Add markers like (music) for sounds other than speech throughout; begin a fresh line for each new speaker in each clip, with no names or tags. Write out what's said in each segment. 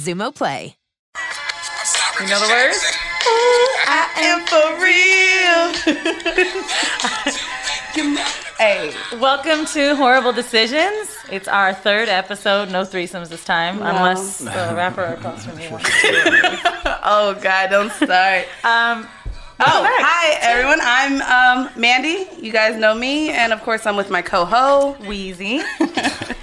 Zumo Play.
You know the words? I am for real. hey, welcome to Horrible Decisions. It's our third episode. No threesomes this time,
(laughs)
unless the rapper across from me wants to.
Oh God, don't start.
Um,
oh, hi everyone. I'm um, Mandy. You guys know me, and of course, I'm with my co-ho. (laughs)
Wheezy.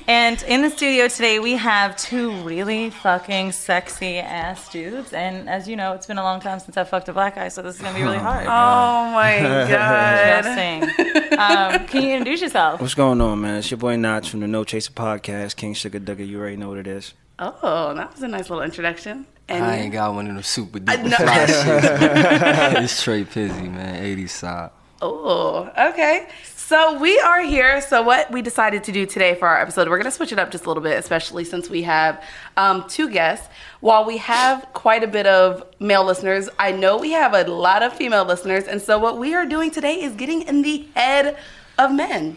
and in the studio today, we have two really fucking sexy ass dudes. And as you know, it's been a long time since I fucked a black guy, so this is gonna be really hard.
Oh my God.
Interesting. um, can you introduce yourself?
What's going on, man? It's your boy Notch from the No Chaser podcast, King Sugar Dugger. You already know what it is.
Oh, that was a nice little introduction. And
I ain't got one of them super
I
duper
know. (laughs)
fly shit. It's Trey Pizzy, man, 80s side.
Oh, okay. So we are here. So what we decided to do today for our episode, we're gonna switch it up just a little bit, especially since we have um, two guests. While we have quite a bit of male listeners, I know we have a lot of female listeners, and so what we are doing today is getting in the head of men.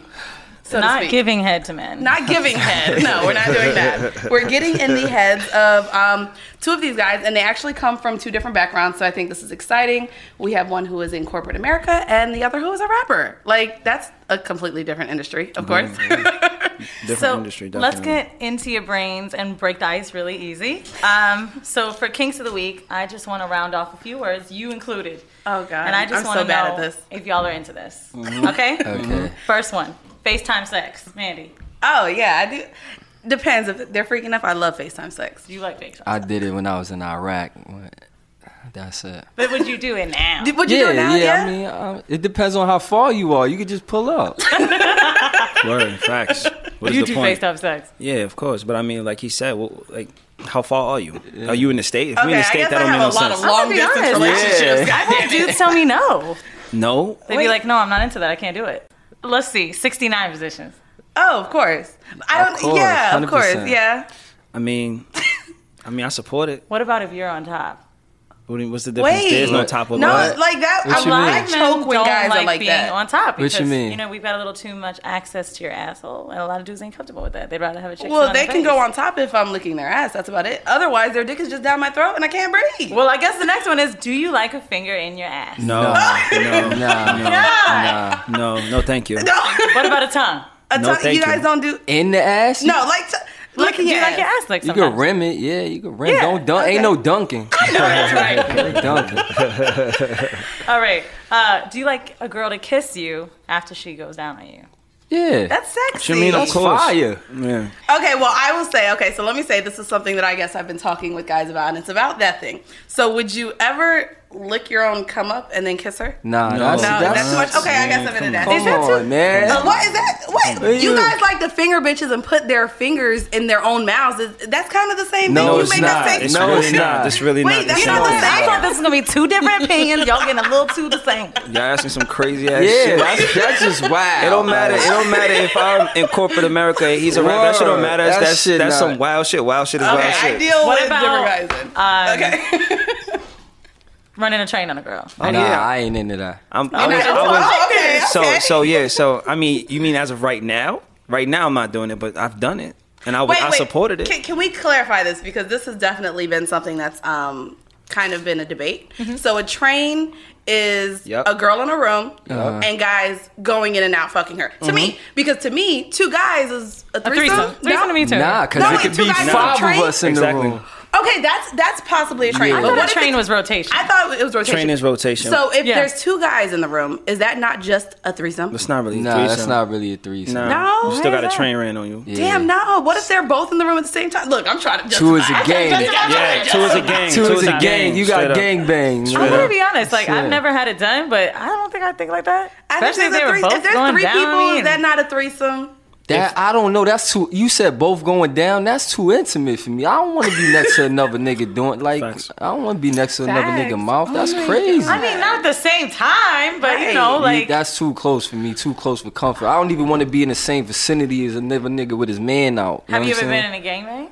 So to
Not
speak.
giving head to men.
Not giving head. No, we're not doing that. We're getting in the heads of um, two of these guys, and they actually come from two different backgrounds. So I think this is exciting. We have one who is in corporate America, and the other who is a rapper. Like that's a completely different industry, of course.
Different
so
industry,
let's
definitely.
get into your brains and break the ice really easy. Um, so for Kinks of the Week, I just want to round off a few words, you included.
Oh, God.
And I just
I'm
want to
so bad
know
at this.
if y'all are into this.
Mm-hmm. (laughs)
Okay.
Okay.
First one, FaceTime sex, Mandy.
oh yeah, I do. Depends if they're freaking up. I love FaceTime sex.
You like FaceTime?
I did it when I was in Iraq. That's it.
but would you do it now?
(laughs) Would you do it now?
yeah, I mean,
um,
uh, it depends on how far you are. You could just pull
Oh.
up.
(laughs) Word, facts. What is
you
the
do
point?
FaceTime sex.
Yeah, of course. But I mean, like he said, well, like, how far are you? Are you in the state? If we
Okay,
in the
I
state,
guess
that
I
don't make
have
no
a lot of
sense.
long distance
honest.
relationships. (laughs)
I've had dudes tell me no.
No.
They'd be like, no, I'm not into that. I can't do it. Let's see, 69 positions.
Oh, of course. I don't.
Of course,
yeah, of course.
100%.
Yeah.
I mean, I mean, I support it.
What about if you're on top?
What do you- What's the difference?
Wait.
There's no top of
No,
that.
like that.
What
I,
you
I
mean?
choke when
don't
guys
like
are like
being
that.
on top
What you
because
mean?
you know we've got a little too much access to your asshole, and a lot of dudes ain't comfortable with that. They'd rather have a chick. sit
Well,
on
they
their
can
face.
go on top if I'm licking their ass. That's about it. Otherwise, their dick is just down my throat and I can't breathe.
Well, I guess the next one is: Do you like a finger in your ass?
(laughs)
no, no,
Nah, nah.
no, no, thank you.
What about a tongue?
A
no,
tongue-
thank
you guys
you.
don't do
In the ass?
no like t-
Like, do
licking
you
your
like your
ass.
ass? Like
You
sometimes?
can rim it. Yeah, you can rim.
Yeah,
Don't dunk.
okay.
Ain't no dunking. (laughs) Ain't dunking.
All right. Uh, do you like a girl to kiss you after she goes down on you?
Yeah.
That's sexy.
I mean, of
That's
course.
fire.
Yeah.
Okay, well, I will say, okay, so let me say this is something that I guess I've been talking with guys about, and it's about that thing. So, would you ever lick your own come up and then kiss her?
Nah,
No.
that's,
No,
that's,
that's too much. Okay, I guess I'm into that.
Come
Is that
on,
too-
man.
Uh, what is that?
Hey,
Wait, you
you.
guys like to finger bitches and put their fingers in their own mouths. Is- That's kind of the same
No,
thing.
it's
you make
not.
us say.
It's
No,
really
it's not.
It's really
Wait,
not.
that's
It's
not
not.
the same.
I thought this was gonna be two different opinions. Y'all getting a little too the same.
Y'all asking some crazy ass
Yeah,
shit.
that's, that's just
(laughs)
wild.
It don't matter. It don't matter if I'm in corporate America and he's a rapper. That shit don't matter. That's,
That
that's,
shit
that's
not-
some wild shit. Wild shit is
Okay,
wild
I (laughs)
shit.
deal
What
with
about,
different guys. Then.
Um,
okay. (laughs)
Running a train on a girl.
Nah,
Oh, yeah.
I ain't into that.
I'm, I was, I was,
Oh, okay.
so
okay.
so yeah. So I mean, you mean as of right now? Right now, I'm not doing it, but I've done it, and I was I supported it.
Can, can we clarify this because this has definitely been something that's um, kind of been a debate.
Mm-hmm.
So a train is
Yep.
a girl in a room
Uh-huh.
and guys going in and out fucking her. To me, because to me, two guys is a
Mm-hmm. A
threesome.
threesome. Threesome to me too.
Nah, because
No,
it
wait,
could
two
be
guys on a
five
train?
of us in
Exactly.
the room.
Okay, that's that's possibly a train.
Yeah.
I
But
thought a
what if
train
it's-
was rotation.
I thought it was rotation.
Train is rotation.
So if
Yeah.
there's two guys in the room, is that not just a threesome?
it's not really. a
Nah, that's
threesome.
not really a threesome.
Nah.
No,
you still
how
got a
is that?
train ran on you. Yeah,
Damn, no. What if they're both in the room at the same time? Look, I'm trying to.
Two is
justify-
a
I can't
gang.
justify-
two is a gang.
Two is a
not-
gang. You
Straight
got
up.
gang bangs.
I'm
Straight
gonna
up.
be honest. Like I've
Shit.
never had it done, but I don't think I think like that.
I think
Especially if
there's
they
a
were
three-
both
if there's
going
three
down
people,
on me
is that
and-
not a threesome?
That I don't know. That's too. You said both going down. That's too intimate for me. I don't want to be next to another nigga doing like.
Facts.
I don't want to be next to another
Facts.
nigga mouth.
Oh
That's
my
crazy.
I mean, not at the same time, but you know,
You-
like
that's too close for me. Too close for comfort. I don't even want to be in the same vicinity as another nigga with his man out.
have
know
you
what
ever
I'm
been
saying?
in a gangbang?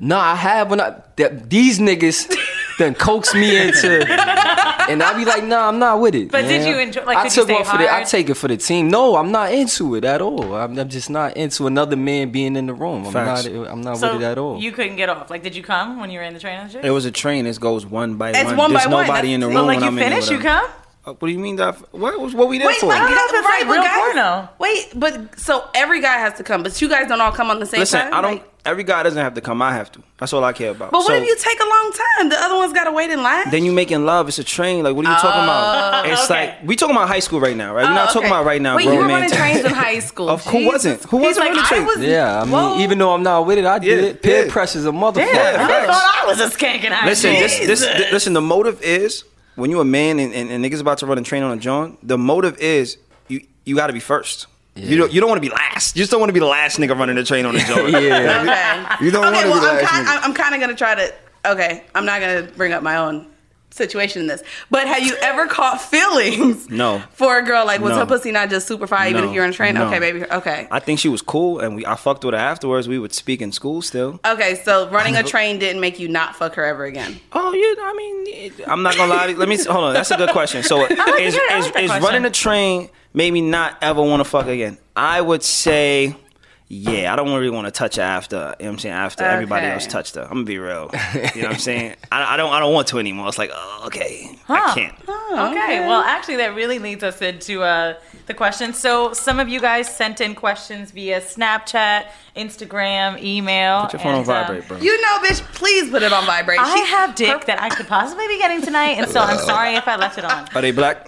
No, I have when I that, these niggas done coaxed me into, and I be like, nah, I'm not with it.
But did
man.
you enjoy- like,
I
did you
took
stay
one for the, I
hard?
take it for the team. No, I'm not into it at all. I'm, I'm just not into another man being in the room. I'm
Facts.
not. I'm not
So
with it at all.
you couldn't get off. Like, did you come when you were in the train and shit?
It was a train. This goes one by
It's
one.
one
There's
by one.
nobody in the
That's-
room
but,
like
when
you
I'm
finish,
in
you
there with them.
come.
Uh, What do you mean? That I, what was what we there
Wait,
for?
like,
No, that's
right,
like
but
real
guys-
porno.
Wait, but so every guy has to come, but you guys don't all come on the same
Listen,
time.
I don't.
Like,
Every guy doesn't have to come. I have to. That's all I care about.
but what
So,
if you take a long time? The other one's got to wait in line.
Then you making love. It's a train. Like what are you talking about? It's
okay.
like we talking about high school right now, right?
Oh,
We're not
okay.
talking about right now.
Wait, you were running
romance. (laughs)
trains in high school.
Of who
Jesus.
wasn't? Who
He's
wasn't
like,
running
I
trains?
was. (laughs)
yeah, I mean,
Whoa.
even though I'm not with it, I did
Yeah,
it. Peer
yeah.
pressure's a motherfucker.
Yeah,
I thought I was a skank in high
Listen,
school.
this, this, th- listen. The motive is when you a man and, and, and niggas about to run a train on a joint. The motive is you you got to be first. You don't you don't want to be last. You just don't want to be the last nigga running the train on a joint.
(laughs) yeah.
Okay.
You don't
okay,
wanna be
well,
the
I'm
last
kind,
nigga.
I'm kind of gonna try to. Okay, I'm not gonna bring up my own situation in this. But have you ever caught feelings? (laughs)
No.
For a girl, like was
No.
her pussy not just super fire even
No.
if you're on a train?
No.
Okay, baby. Okay.
I think she was cool, and we I fucked with her afterwards. We would speak in school still.
Okay, so running a train didn't make you not fuck her ever again.
Oh, yeah. I mean, it- I'm not gonna lie. to you. Let me hold on. That's a good
(laughs)
question. So, is, is,
that. (laughs) I like
is,
that question.
running a train made me not ever want to fuck again? I would say, yeah. I don't really want to touch her after. You know what I'm saying after everybody
Okay.
else touched her. I'm gonna be
(laughs)
real. You know what I'm saying? I, I don't. I don't want to anymore. It's like, oh, okay, I can't.
Okay, well, actually, that really leads us into uh, the question. So, some of you guys sent in questions via Snapchat, Instagram, email.
Put your phone on
and, um,
vibrate, bro.
You know, bitch, please put it on vibrate.
I
She-
have dick that I could possibly be getting tonight, and so
(laughs)
I'm sorry if I left it on.
Are they black?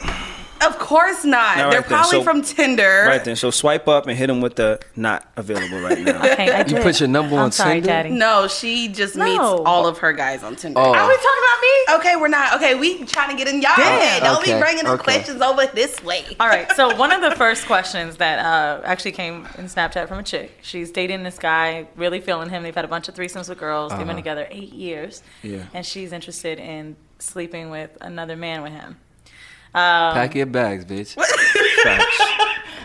Of course not.
Now,
They're
right then,
probably
so-
from Tinder.
Right then. So swipe up and hit them with the not available right now.
Okay, I
You
did.
put your number
I'm
on
sorry,
Tinder?
Daddy.
No, she just
No.
meets all of her guys on Tinder.
Oh.
Are we talking about me?
Okay, we're not. Okay, we trying to get in y'all head. Don't be
Okay,
bringing the
okay.
questions over this way.
All right. So one of the first questions that uh, actually came in Snapchat from a chick. She's dating this guy, really feeling him. They've had a bunch of threesomes with girls. They've been together eight years.
Uh-huh. Yeah.
And she's interested in sleeping with another man with him. Um,
Pack your bags, bitch.
(laughs)
Facts.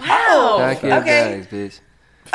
Oh,
Pack your
Okay.
bags, bitch.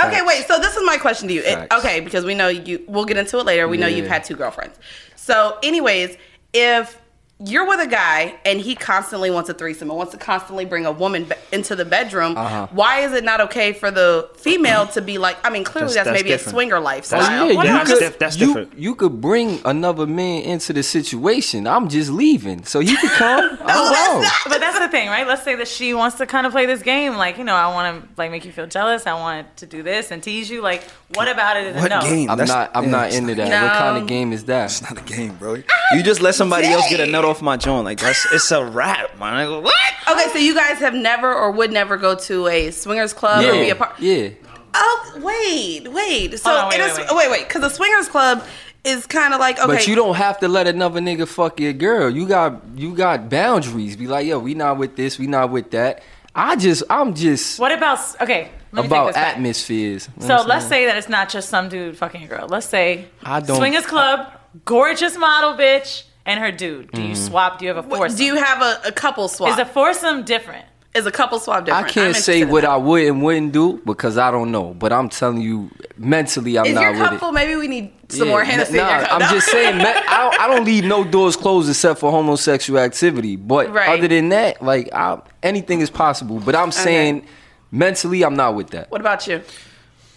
Okay, wait. So this is my question to you. It-
Facts.
okay, because we know you. We'll get into it later. We know you've
Yeah.
had two girlfriends. So, anyways, if you're with a guy and he constantly wants a threesome and wants to constantly bring a woman be- into the bedroom,
Uh-huh.
why is it not okay for the female to be like? I mean, clearly that's,
That's- that's
maybe a
different.
swinger
Oh,
lifestyle.
yeah, you
that's
could-
diff- that's
you-
different.
You could bring another man into the situation. I'm just leaving, so he could
(laughs)
come. I'm out.
But that's the thing, right? Let's say that she wants to kind of play this game, like you know, I want to like make you feel jealous. I want to do this and tease you. Like, what about it? Is a
What
no?
game?
I'm
That's-
not. I'm
yeah,
not
it's
into
not-
that.
No.
What kind of game is that?
It's not a game, bro. You just let somebody else get a nut off my joint. Like that's it's a wrap, man. What?
Okay, so you guys have never or would never go to a swingers club or be a part.
yeah.
Oh wait, wait. So
Hold on, wait,
in a
wait,
sw-
wait.
oh, wait, wait, because the swingers club is kind of like okay.
But you don't have to let another nigga fuck your girl. You got you got boundaries. Be like, yo, we not with this, we not with that. I just I'm just
What about s- okay? Let me take
about
this back.
atmospheres. You know
So
what I'm
let's
saying?
say that it's not just some dude fucking a girl. Let's say
I don't-
swingers club, gorgeous model bitch, and her dude. Do you swap? Do you have a
What-
foursome?
do you have a, a couple swap?
Is a foursome different?
is a couple swap different?
I
(laughs)
can't
I'm
say
interested
what
in
I would and wouldn't do because I don't know. But I'm telling you, mentally, I'm
that. Is
not
your
with
cup
it.
full? Maybe we need some
Yeah,
more Hennessy.
nah,
in (laughs) your cup.
I'm
No.
just saying, me- I, don't, I don't leave no doors closed except for homosexual activity. But
Right.
other than that, like I, anything is possible. But I'm saying, mentally, I'm not with that.
what about you?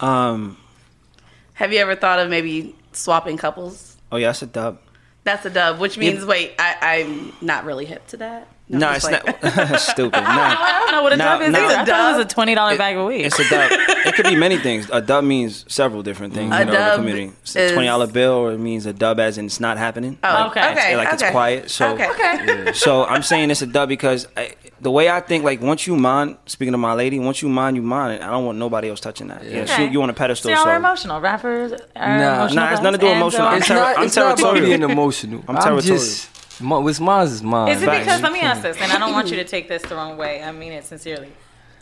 Um.
Have you ever thought of maybe swapping couples?
Oh yeah, that's a dub.
That's a dub, which means wait, I, I'm not really hip to that. No,
No,
I'm
it's
just like- (laughs)
not (laughs) stupid. No.
I don't know what a
Nah,
dub is.
nah.
either. I
It's a
thought it was
dub.
a twenty dollar bag of weed.
It's a dub. It could be many things. A dub means several different
Mm.
things
A
in the
dub
community. It's
is-
a twenty dollar bill, or it means a dub as in it's not happening.
Oh,
okay.
okay,
like it's
okay.
quiet, so-
okay, okay.
so I'm saying it's a dub because I, the way I think, like once you mind, speaking to my lady, once you mind, you mind. And I don't want nobody else touching that. Yeah,
Okay.
she, you on a pedestal.
so y'all
so.
are emotional. Rappers are
Nah.
emotional.
Nah, it's nothing to do with
guys,
emotional.
and
I'm
it's
so-
terri-
not,
I'm
it's not about
territorial.
being emotional.
I'm
just, mo- what's mine is mine.
Is it
Facts.
because let me ask this, and I don't want you to take this the wrong way. I mean it sincerely.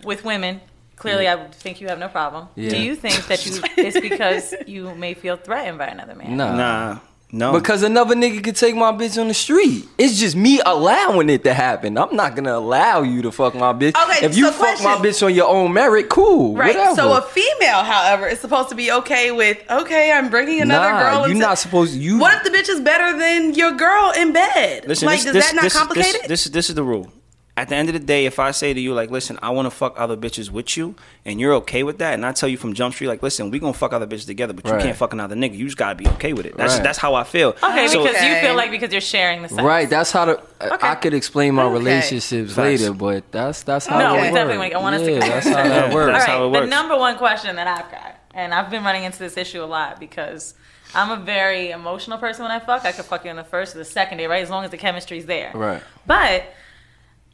With women, clearly, I think you have no problem.
Yeah.
Do you think that you? it's because you may feel threatened by another man.
Nah.
Nah, no.
Because another nigga could take my bitch on the street. It's just me allowing it to happen. I'm not gonna allow you to fuck my bitch.
Okay,
if you
so
fuck my
question.
bitch on your own merit, cool.
Right.
Whatever.
So a female, however, is supposed to be okay with okay. I'm bringing another
Nah,
girl.
you
into-
not supposed- you-
What if the bitch is better than your girl in bed? like, does that not complicate
this,
it?
This, this is the rule. At the end of the day, if I say to you, like, listen, I want to fuck other bitches with you, and you're okay with that, and I tell you from Jump Street, like, listen, we gonna fuck other bitches together, but
Right.
you can't fuck another nigga. You just gotta be okay with it. That's
Right.
that's how I feel.
Okay,
So-
because you
Okay.
feel like because you're sharing the sex.
Right, that's how the I I could explain my
Okay.
relationships
Facts.
later, but that's that's how
No,
it
we
works.
definitely want- I want us to
yeah,
come (laughs)
that's
back.
how that
Yeah,
works.
All
that's
right.
how it
The
works.
number one question that I've got, and I've been running into this issue a lot because I'm a very emotional person when I fuck. I could fuck you on the first or the second day, right? As long as the chemistry's there.
Right.
But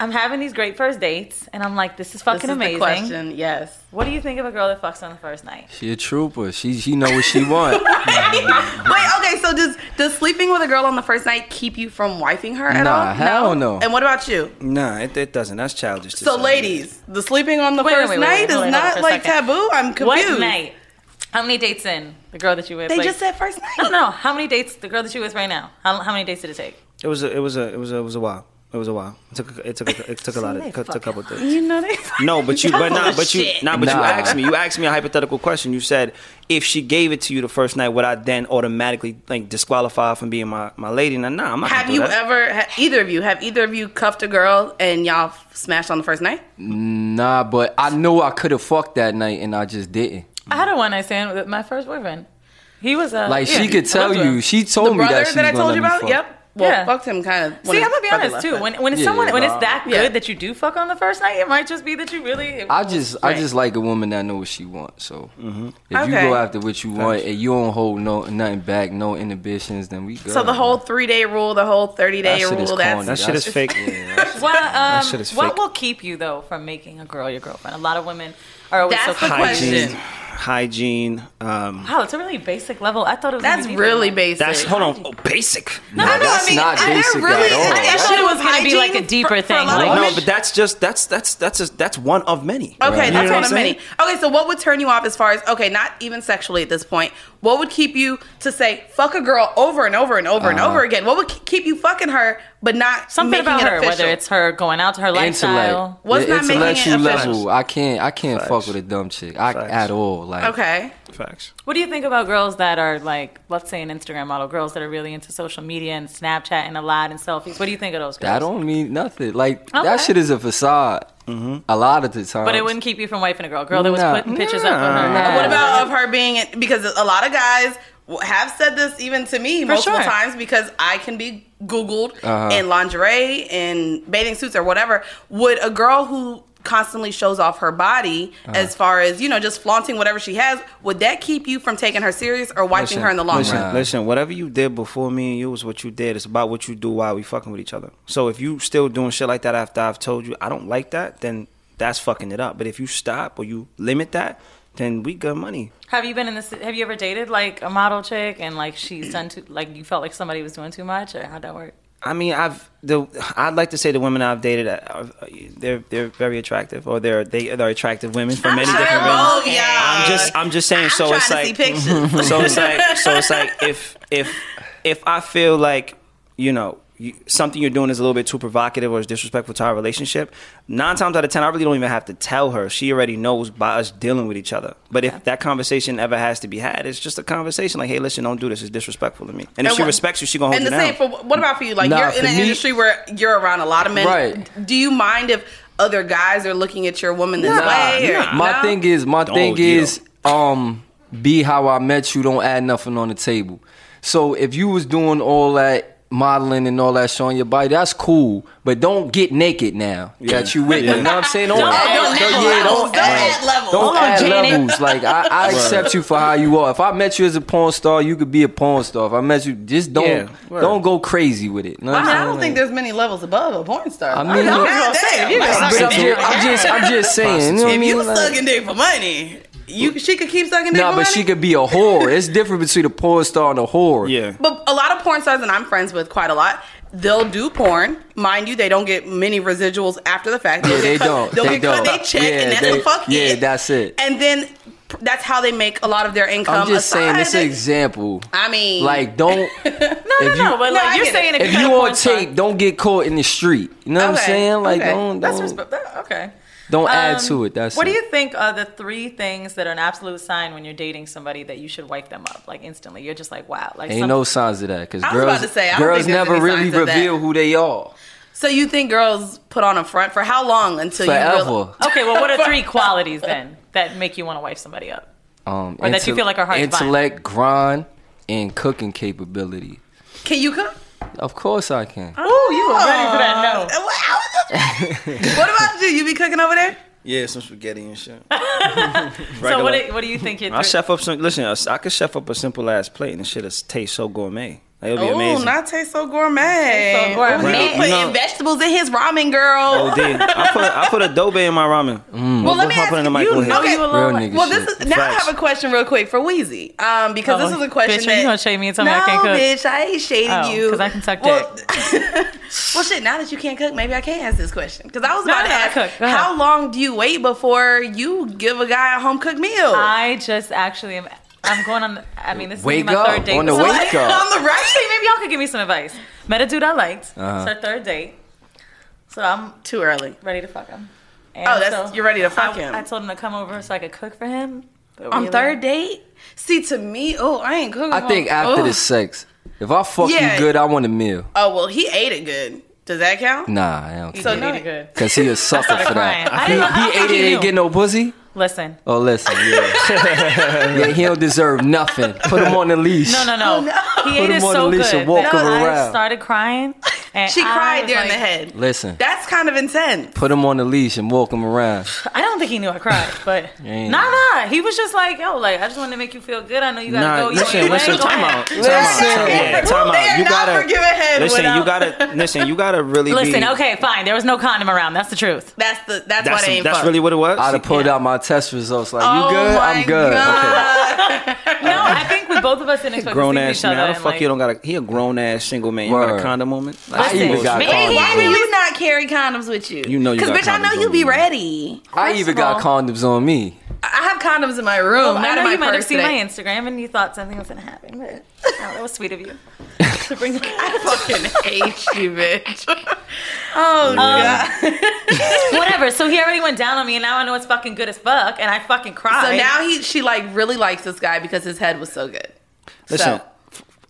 I'm having these great first dates, and I'm like, this is
This
fucking
is the
amazing.
question. Yes.
What do you think of a girl that fucks on the first night?
She a trooper. She she know what she want.
Wait. Okay. So does does sleeping with a girl on the first night keep you from wifing her at
Nah,
all?
hell no.
And what about you?
nah, it, it doesn't. That's childish. to
So,
say.
ladies, the sleeping on the
Wait, wait,
first
wait, wait,
night
wait, hold
is
on for
not
a
like
second.
taboo. I'm confused.
What night? How many dates in the girl that you with?
They
like-
just said first night.
No, no. How many dates? The girl that you with right now. How, how many dates did it take?
It was a, it was a, it was a, it was a while. It was a while. It took, a, it took, a, it took a lot of, it took a couple of days.
You know they.
No, but you, but not, but you,
shit.
not, but
Nah.
you asked me. You asked me a hypothetical question. You said if she gave it to you the first night, would I then automatically like disqualify her from being my, my lady? Now, nah, I'm not. gonna
Have
do
you
that.
ever, ha- either of you, have either of you cuffed a girl and y'all f- smashed on the first night?
nah, but I know I could have fucked that night and I just didn't.
I had a one night stand with my first boyfriend. He was
Uh,
a
Like she
yeah,
could
I
tell
loved him.
you. She told
the
me
brother
that
that,
she was
I
gonna
told you
let me
about?
fuck.
Yep. Well,
Yeah.
fucked him kind of.
See, I'm gonna be honest too. When when it's
Yeah,
someone when it's
nah.
that good
Yeah.
that you do fuck on the first night, it might just be that you really.
I just
Right.
I just like a woman that know what she wants. So if you
Mm-hmm. Okay.
go after what you want and you don't hold no nothing back, no inhibitions, then we good.
so the whole three day rule, the whole 30
That
day
shit is
rule,
corny.
that's.
That shit is
That's-
(laughs)
fake.
What um,
shit is
what
fake.
will keep you though from making a girl your girlfriend? A lot of women are always
That's
so
the
confused.
hygiene,
Question.
hygiene. Um,
Wow, it's a really basic level. I thought it was gonna
that's
be deeper.
really basic.
that's hold on, oh, basic.
no, that's not
I- they're
basic
really-
at all.
I-
I
That's-
thought it was gonna be like a
hygiene
deeper
for- for a
thing.
lot of
Like,
No,
women-
but that's just that's that's that's a, that's one of many.
Okay,
You know
that's
what
one
I'm
of many.
saying?
Okay, so what would turn you off as far as okay, not even sexually at this point? What would keep you to say fuck a girl over and over and over and
Uh-huh.
over again? What would k- keep you fucking her but not
something
making
about
it
her,
official?
whether it's her going out to her lifestyle.
intellect,
What's
the
not making it
intellectual
official?
level. I can't I can't
Facts.
fuck with a dumb chick I,
Facts.
at all. Like
okay.
Facts.
What do you think about girls that are like, let's say, an Instagram model, girls that are really into social media and Snapchat and a lot and selfies? What do you think of those girls?
that don't mean nothing. Like that
Okay.
shit is a facade. A lot of the time,
But it wouldn't keep you from wifing a girl. Girl that was
Nah.
putting pictures up on her.
Nah.
What about of her being because a lot of guys w- have said this even to me multiple
sure.
times because I can be Googled
Uh-huh.
in lingerie and bathing suits or whatever. Would a girl who constantly shows off her body
Uh-huh.
as far as you know just flaunting whatever she has would that keep you from taking her serious or wiping her in the long
Listen,
run
listen. Whatever you did before me and you was what you did. It's about what you do while we fucking with each other. So if you still doing shit like that after I've told you I don't like that, then that's fucking it up. But if you stop or you limit that, then we got money.
Have you been in this? Have you ever dated like a model chick and like she's done too? Like you felt like somebody was doing too much, or how'd that work?
I mean, I've the I'd like to say the women I've dated are, they're they're very attractive or they're they they're attractive women for many different reasons.
yeah.
I'm just I'm just saying. so
trying
it's
to
like
see pictures.
(laughs) so it's like so it's like if if if I feel like you know you, something you're doing is a little bit too provocative or is disrespectful to our relationship, nine times out of ten I really don't even have to tell her. She already knows by us dealing with each other. But if that conversation ever has to be had, it's just a conversation like, hey, listen, don't do this. It's disrespectful to me. And, if
And
she
what-
respects you, she gonna hold
And
you
the
down.
same for what about for you? Like
Nah,
you're in
for
an
me-
industry where you're around a lot of men.
Right.
Do you mind if other guys are looking at your woman this way? Or,
my
no?
thing is, my thing
you
is, um, be how I met you. Don't add nothing on the table. So if you was doing all that modeling and all that showing your body, that's cool. But don't get naked now that you with. me. You know what I'm saying? Don't, add,
don't
don't-
add
yeah,
levels.
don't
Don't
add,
add levels.
Don't
Hold on,
add
Janet.
levels. Like I, I accept you for how you are. If I met you as a porn star, you could be a porn star. If I met you, just don't
Yeah, word.
don't go crazy with it. You know
I
what I'm
mean, I
saying?
don't think
Like,
there's many levels above a porn star.
I mean,
I'm just gonna say, if you
Like,
but I'm just, I'm just, I'm just saying. You know what I
If
mean?
you
Like-
sucking dick for money,
you, she could keep sucking dick.
Nah,
for
but
money.
she could be a whore. It's different between a porn star and a whore.
yeah.
But a lot of porn stars, and I'm friends with quite a lot, they'll do porn. Mind you, they don't get many residuals after the fact.
Yeah, they
They'll get
don't.
cut- They'll
They
get cut
don't.
their check,
Yeah,
and that's
they-
the fuck
yeah,
it.
that's it.
And then pr- that's how they make a lot of their income.
I'm just saying
aside
this is
that-
an example.
I mean- (laughs)
like, don't.
No,
no,
no, no. But
No,
like
I
you're
get
saying,
it.
if,
If
you
you
cut a porn
on
star-
tape, don't get caught in the street. You know what I'm
Okay,
saying? Like,
okay. Um,
don't,
That's
don't.
respe- that- okay.
Don't add to it, that's
Um, what
it.
do you think are the three things that are an absolute sign when you're dating somebody that you should wake them up like instantly? You're just like, wow, like
Ain't
some-
no signs of that because
I was
girls,
about to say, I don't
girls
think there's
never
any
really
signs of that.
reveal who they are
So you think girls put on a front for how long until you
forever.
(laughs) realize?
Okay, well, what are three qualities then that make you want to wife somebody up?
um,
Or that you feel like are hard to find.
intellect, grind, and cooking capability.
Can you cook? Uh,
Of course, I can.
Oh, you were ready for that? No.
What I was just- what about you? You be cooking over there?
Yeah, some spaghetti and shit.
So what
Regular.
do, what do you think? Your
I
three-
chef up some. Listen, I I could chef up a simple ass plate and shit is taste so gourmet. Like, It'll be
Oh,
amazing.
not taste so gourmet.
gourmet.
Ooh, he
Right.
putting
You know-
vegetables in his ramen, girl.
Oh,
(laughs)
dude. I put I put adobe in my ramen.
well, let me
I'll
ask
put it in the
you.
microwave.
okay,
you a
Mm. Real
little like-
nigga
Well,
shit.
this is now. I
Facts.
have a question real quick for Wheezy, um, because
Oh,
this is a question
bitch,
that
you gonna shade me and tell me I can't
No,
cook.
bitch, I ain't shading
Oh,
you
'cause I can suck
well, well, shit. Now that you can't cook, maybe I can ask this question because I was
No,
about
no,
to
I
ask
cook. Go ahead.
how long do you wait before you give a guy a home cooked meal?
I just actually am. I'm going on. I mean, this
Wake
is my
up,
third date.
on the
So,
wake up.
on the right.
Actually, maybe y'all could give me some advice. Met a dude I liked. It's our third date. So I'm
Too early.
ready to fuck him. And
Oh, that's
so
you're ready to fuck
I,
him
I told him to come over so I could cook for him. But
on
really-
third date. See, to me, oh, I ain't cooking.
I think after
oh.
the sex, if I fuck
Yeah.
you good, I want a meal.
Oh well, he ate it good. Does that count?
Nah, I don't care.
So
You
no.
did good.
Cause he a sucker
started
for
crying. I
that. He,
didn't know- I
he
thought
ate
you
it,
knew.
ain't get no pussy.
Listen.
Oh, listen, yeah,
(laughs)
yeah, he don't deserve nothing. Put him on the leash.
No, no, no. He
Put
ate
him
it so
on the
good.
leash and walk
that
him
I
around.
started crying. And
She
I
cried
was
during
like-
the head.
Listen,
That's kind of intense.
put him on the leash and walk him around.
I don't think he knew I cried, but
Yeah.
nah, nah. He was just like, yo, like I just wanted to make you feel good. I know you gotta
Nah,
go. You
listen,
ain't
listen,
late. Go
time
ahead.
out, time out,
Listen.
time out. Yeah, time
They are
out. You
not forgiving head
gotta listen. You
without-
gotta listen. You gotta really
(laughs) Listen,
be-
okay, fine. There was no condom around. That's the truth.
That's the that's,
That's
why they ain't
that's
fuck.
really what it was.
I'd have pulled out my test results. Like,
Oh
you good?
my
I'm good.
God.
No, I think we both of us didn't expect
grown
to see
ass
each other.
man. How the
and,
fuck
like,
you don't got a? He a grown ass single man. You got
Word.
a condom moment.
I even got
Listen,
Hey, why do
condoms.
you not carry condoms with you?
You know you
Because
got
bitch, I
condoms
know you
on
be
you.
ready.
I even got condoms on me.
I have condoms in my room,
Well, I
not
know
in my
you might have
purse.
seen my
today.
Instagram and you thought something was gonna happen,
(laughs)
but oh, that was sweet of you. To bring (laughs)
I fucking hate you, bitch. oh god. (laughs)
Whatever. So he already went down on me, and now I know it's fucking good as fuck, and I fucking cried.
So now he she like really likes this guy because his head was so good.
Listen.
So-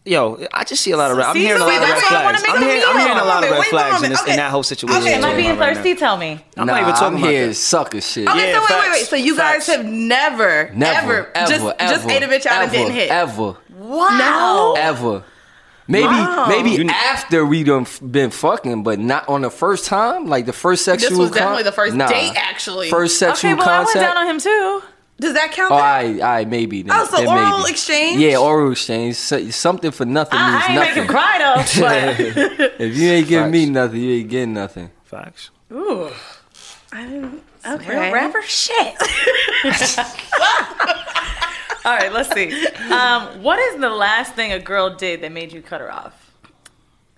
Yo, I just see a lot of. red- I'm
See,
hearing a
so
lot of
that's
red
why I wanna
flags.
make
I'm
a
hearing, I'm
meal.
hearing a lot of
Wait,
red
wait a
flags in,
moment.
this, in
Okay.
that whole situation.
Okay,
we're
am I
talking
being
about right now.
thirsty? Tell me.
I'm
nah,
not even talking
I'm
about
here
that.
sucker shit.
Okay, so
Yeah,
wait, wait, wait.
facts.
So you guys
Facts.
have never,
Never,
ever,
ever,
just,
ever,
just ate a bitch out
ever,
and didn't hit.
Ever,
No.
ever. Maybe, maybe after we done f- been fucking, but not on the first time. Like the first
This
sexual.
was
con-
definitely the first
Nah.
date, actually.
First sexual
okay, well
contact.
I went down on him too.
Does that count?
Oh,
then?
I, I maybe. Then,
Oh, so
then
oral
maybe.
exchange?
Yeah, oral exchange. So, something for nothing
I, I
means
ain't
nothing.
make him cry
(laughs)
(laughs)
though. But
If you ain't giving me nothing, you ain't getting nothing.
Facts.
Okay.
Real rapper shit. (laughs) All right, let's see. Um, what is the last thing a girl did that made you cut her off?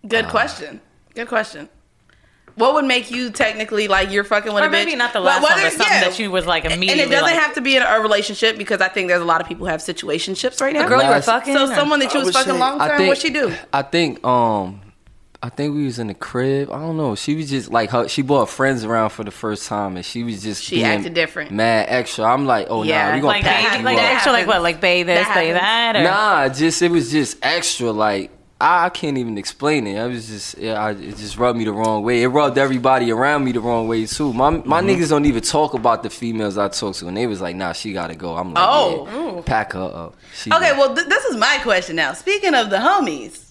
Good question. Good question. What would make you technically like you're fucking with
Or
a bitch?
maybe not the
But
last one,
whether-
but something
yeah.
that you was like
And
immediately.
it doesn't
like,
have to be in a relationship because I think there's a lot of people who have situationships right now.
girl you were
Last-
fucking.
So
or-
someone that you
I
was
would
fucking
say-
long
Oh, I
term,
think-
what she do?
I think um I think we was in the crib. I don't know. She was just like her she brought friends around for the first time and she was just
She
being
acted different.
Mad extra. I'm like, oh
Yeah,
nah, we gonna
like,
pack
like,
you
like
up.
extra, like what, like bay this,
That
bay that, or
happens.
Nah, just it was just extra. Like I, I can't even explain it. I was just yeah, I, it just rubbed me the wrong way. It rubbed everybody around me the wrong way too. My my niggas don't even talk about the females I talk to, and they was like, nah, she gotta go. I'm like,
Oh.
yeah, pack her up. She
Okay,
good.
well th- this is my question now. Speaking of the homies,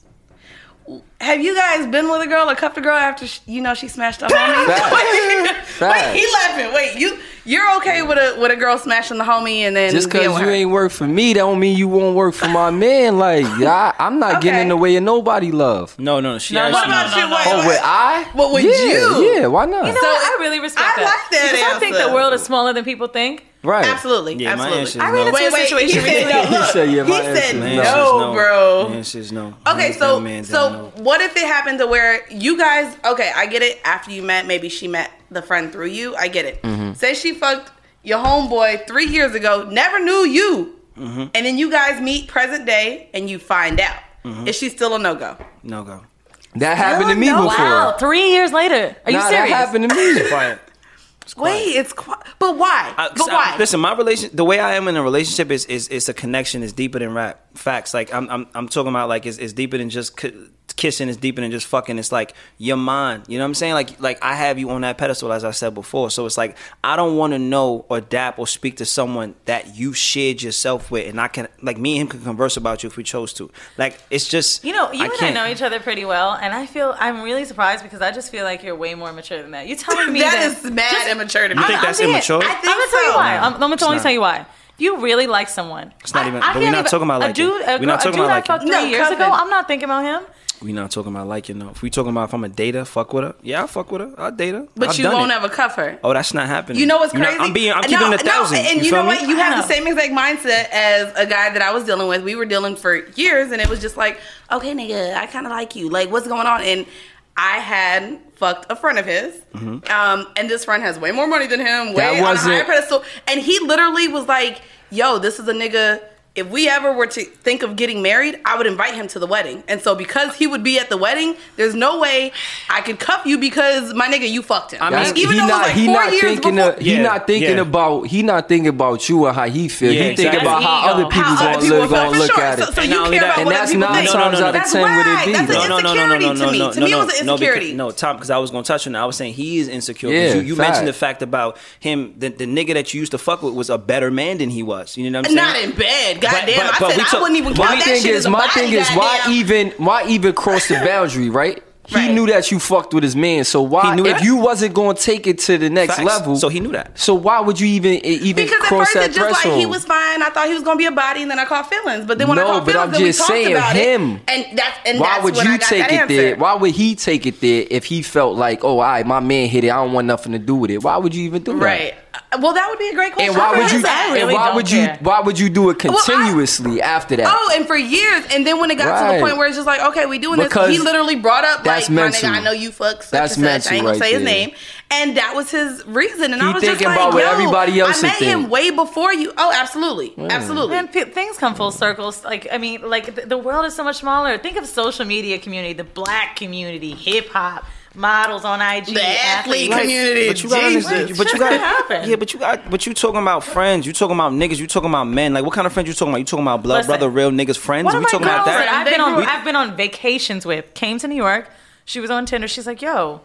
have you guys been with a girl or cuffed a girl after sh you know she smashed up homie? (laughs)
Facts. Facts.
Wait, he laughing. Wait, you you're okay with a with a girl smashing the homie and then
Just
being
because
with
you
her?
ain't work for me, that don't mean you won't work for my man. Like, I, I'm not getting
Okay.
in the way of nobody love.
No, no, no. She
No,
actually,
what
What about you? Wait,
Oh,
wait.
would I?
What would
yeah,
you?
Yeah, why not?
You know
So
what? I
it-
really respect
I
that.
like that
Because I think
answer.
the world is smaller than people think.
right.
Absolutely,
Yeah, my
absolutely.
answer is I ran no. into
Wait,
a
wait,
situation
he said
where-
no. Look,
He said, yeah, my
he said
answer is
Man,
no,
she's
bro.
Man, she's no.
Okay,
Man's
so
down, man's down,
so
no.
what if it happened to where you guys? Okay, I get it. After you met, maybe she met the friend through you. I get it.
Mm-hmm.
Say she fucked your homeboy three years ago, never knew you,
Mm-hmm.
Mm-hmm.
and then you guys meet present day, and you find out is she still a no go?
no go.
Mm-hmm. That happened to me
No,
before.
Wow, three years later. Are you
Nah,
serious?
That happened to me.
Quiet.
Wait, it's qu- but why?
I-
but
I-
why?
listen, my relation, the way I am in a relationship is is is a connection. is deeper than rap. Facts. Like I'm I'm, I'm talking about like it's, it's deeper than just ki- kissing. It's deeper than just fucking. It's like your mind. You know what I'm saying? Like like I have you on that pedestal as I said before. So it's like I don't want to know or dap or speak to someone that you shared yourself with, and I can like me and him can converse about you if we chose to. Like it's just
You know, you
I
and I
can't.
know each other pretty well, and I feel I'm really surprised because I just feel like you're way more mature than that. You're
(laughs)
telling me
that
that
is mad
Just-
immature to me.
You think that's
being-
immature?
I think
I'm gonna tell you
so.
why. I'm, I'm gonna only
not.
tell you why. If you really like someone, it's
not even- but we're not talking about
a
liking.
dude. A
We're
girl,
not talking
a dude
about
I
liking.
fucked three
No,
years ago.
cuffing.
I'm not thinking about him.
We not talking about liking though. If we talking about if I'm a dater, fuck with her. Yeah, I fuck with her. I date her.
But
I've
you
done
won't
it.
ever cuff her.
Oh, that's not happening.
You know what's
You're not-
crazy?
I'm being. I'm
No,
keeping it a thousand.
and you, know
feel me?
what? You have
Wow.
Uh-huh.
the same exact mindset as a guy that I was dealing with. We were dealing for years, and it was just like, okay, nigga, I kind of like you. Like, what's going on? And I had fucked a friend of his,
Mm-hmm.
um, and this friend has way more money than him,
That
way on a higher
wasn't-
pedestal, and he literally was like, yo, this is a nigga. If we ever were to think of getting married, I would invite him to the wedding. And so because he would be at the wedding, there's no way I could cuff you because my nigga, you fucked him.
I mean,
even
he
though
not,
it was like
he
four
not
years
thinking
before,
of, he
Yeah,
not thinking
yeah.
about he not thinking about you and how he feel.
Yeah,
he think
exactly.
about how
That's
other
ego.
people
how
gonna
other people
look,
feel
gonna
for
look
sure.
at
So,
it.
so
And
you
not only
care
that-
about
and
what
that's
other people
nine
think.
times out of
That's
10 what it
why.
be.
That's
No,
an insecurity to me. to me, it was an
no, because-
insecurity.
No, Tom, because I was gonna touch on that. I was saying he is insecure. 'cause
Yeah,
you, you
fact.
mentioned the fact about him. The, the nigga that you used to fuck with was a better man than he was. You know what I'm saying?
not in bed.
But-
Goddamn,
but-
I
but
said
we
I
took-
wouldn't even
my
count
my
that
thing
shit
is,
as a
my
body,
thing is, why
goddamn.
even, why even cross the boundary, right? He
Right.
knew that you fucked with his man, so why?
He knew
if
that.
you wasn't going to take it to the next
Facts.
level,
So he knew that.
So why would you even e- even
Because at
cross
first
that
it's just
threshold?
like he was fine. I thought he was gonna be a body, and then I caught feelings. But then when I
No,
caught
but
feelings,
I'm
then we
just
talked
saying
about
him.
it. And that's and
why
that's
would
when I
you
got
take
that
it
answer.
there? Why would he take it there if he felt like, oh, all right, my man hit it. I don't want nothing to do with it. Why would you even do that?
Right. Uh, Well, that would be a great question.
And why
for
would you?
him to ask.
really
and why
don't
would
care.
you? Why would you do it
Well, I-
continuously after that?
Oh, and for years, and then when it got to the
Right.
point where it's just like, okay, we doing
Because
this. He literally brought up
that's
like, my nigga,
mental.
I know you fuck such
That's
and such. I
mental
ain't gonna
right
say his
there.
name, and that was his reason. And I
He
was just
thinking
like,
about what
yo,
everybody else
I
is
met him
thinking.
way before you. Oh, absolutely, absolutely.
And p- things come full circles. Like I mean, like the, the world is so much smaller. Think of social media community, the black community, hip hop models on IG,
The athlete
athletes.
community,
But you gotta understand.
Jesus.
But you
Shit
gotta
could happen.
Yeah, but you got. But you talking about friends. You talking about niggas. You talking about men. Like what kind of friends you talking about? You talking about blood
Listen.
brother, real niggas friends?
One of
we
my
talking
girls
about
that,
that?
I've been on,
We-
I've been on vacations with came to New York. She was on Tinder. She's like, "Yo,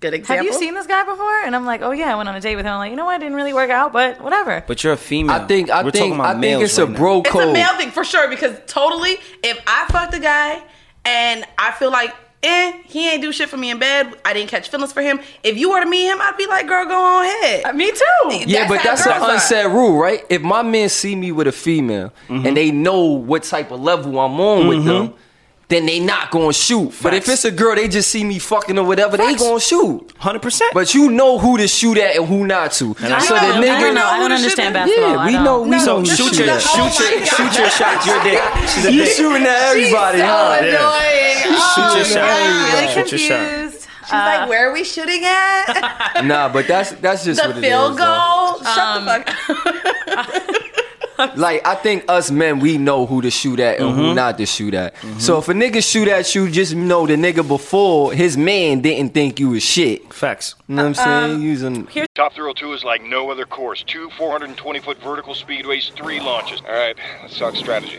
Good
have
example.
you seen this guy before?" And I'm like, "Oh yeah, I went on a date with him." I'm like, "You know what? It didn't really work out, but whatever."
But you're a female.
I think. I
We're talking
think.
about
I think
males
it's a
right now.
bro
It's
code.
a male thing for sure because totally, if I fucked a guy and I feel like eh, he ain't do shit for me in bed, I didn't catch feelings for him. If you were to meet him, I'd be like, girl, go on ahead.
Uh,
me too.
Yeah, but
how
that's an
girls are.
unsaid rule, right? If my men see me with a female and they know what type of level I'm on with them, then they not gonna shoot. But if it's a girl, they just see me fucking or whatever, they gonna shoot.
Hundred percent.
But you know who to shoot at and who not to.
I
so
don't
the
know. I
nigga
don't know. I don't understand basketball.
Yeah,
I
we
don't.
know. We
No,
know. who
just
to
shoot
shoot
your
at. Oh
shoot your shoot your shots. You're a
(laughs)
dick. She's a
You
dick.
shooting at everybody,
so
huh?
annoying. Oh,
Shoot your
my
shot.
God.
Shoot
really
your
confused.
She's like, where are we shooting at?
Nah, but that's that's just
the
what it is.
field
though.
goal? Shut the fuck up.
(laughs) Like I think us men, we know who to shoot at and
Mm-hmm.
who not to shoot at. So if a nigga shoot at you, just know the nigga before his man didn't think you was shit.
Facts.
You know what I'm
Uh,
saying? Using
Top Thrill 2 is like no other course. Two 420 foot vertical speedways, three launches.
All right, let's talk strategy.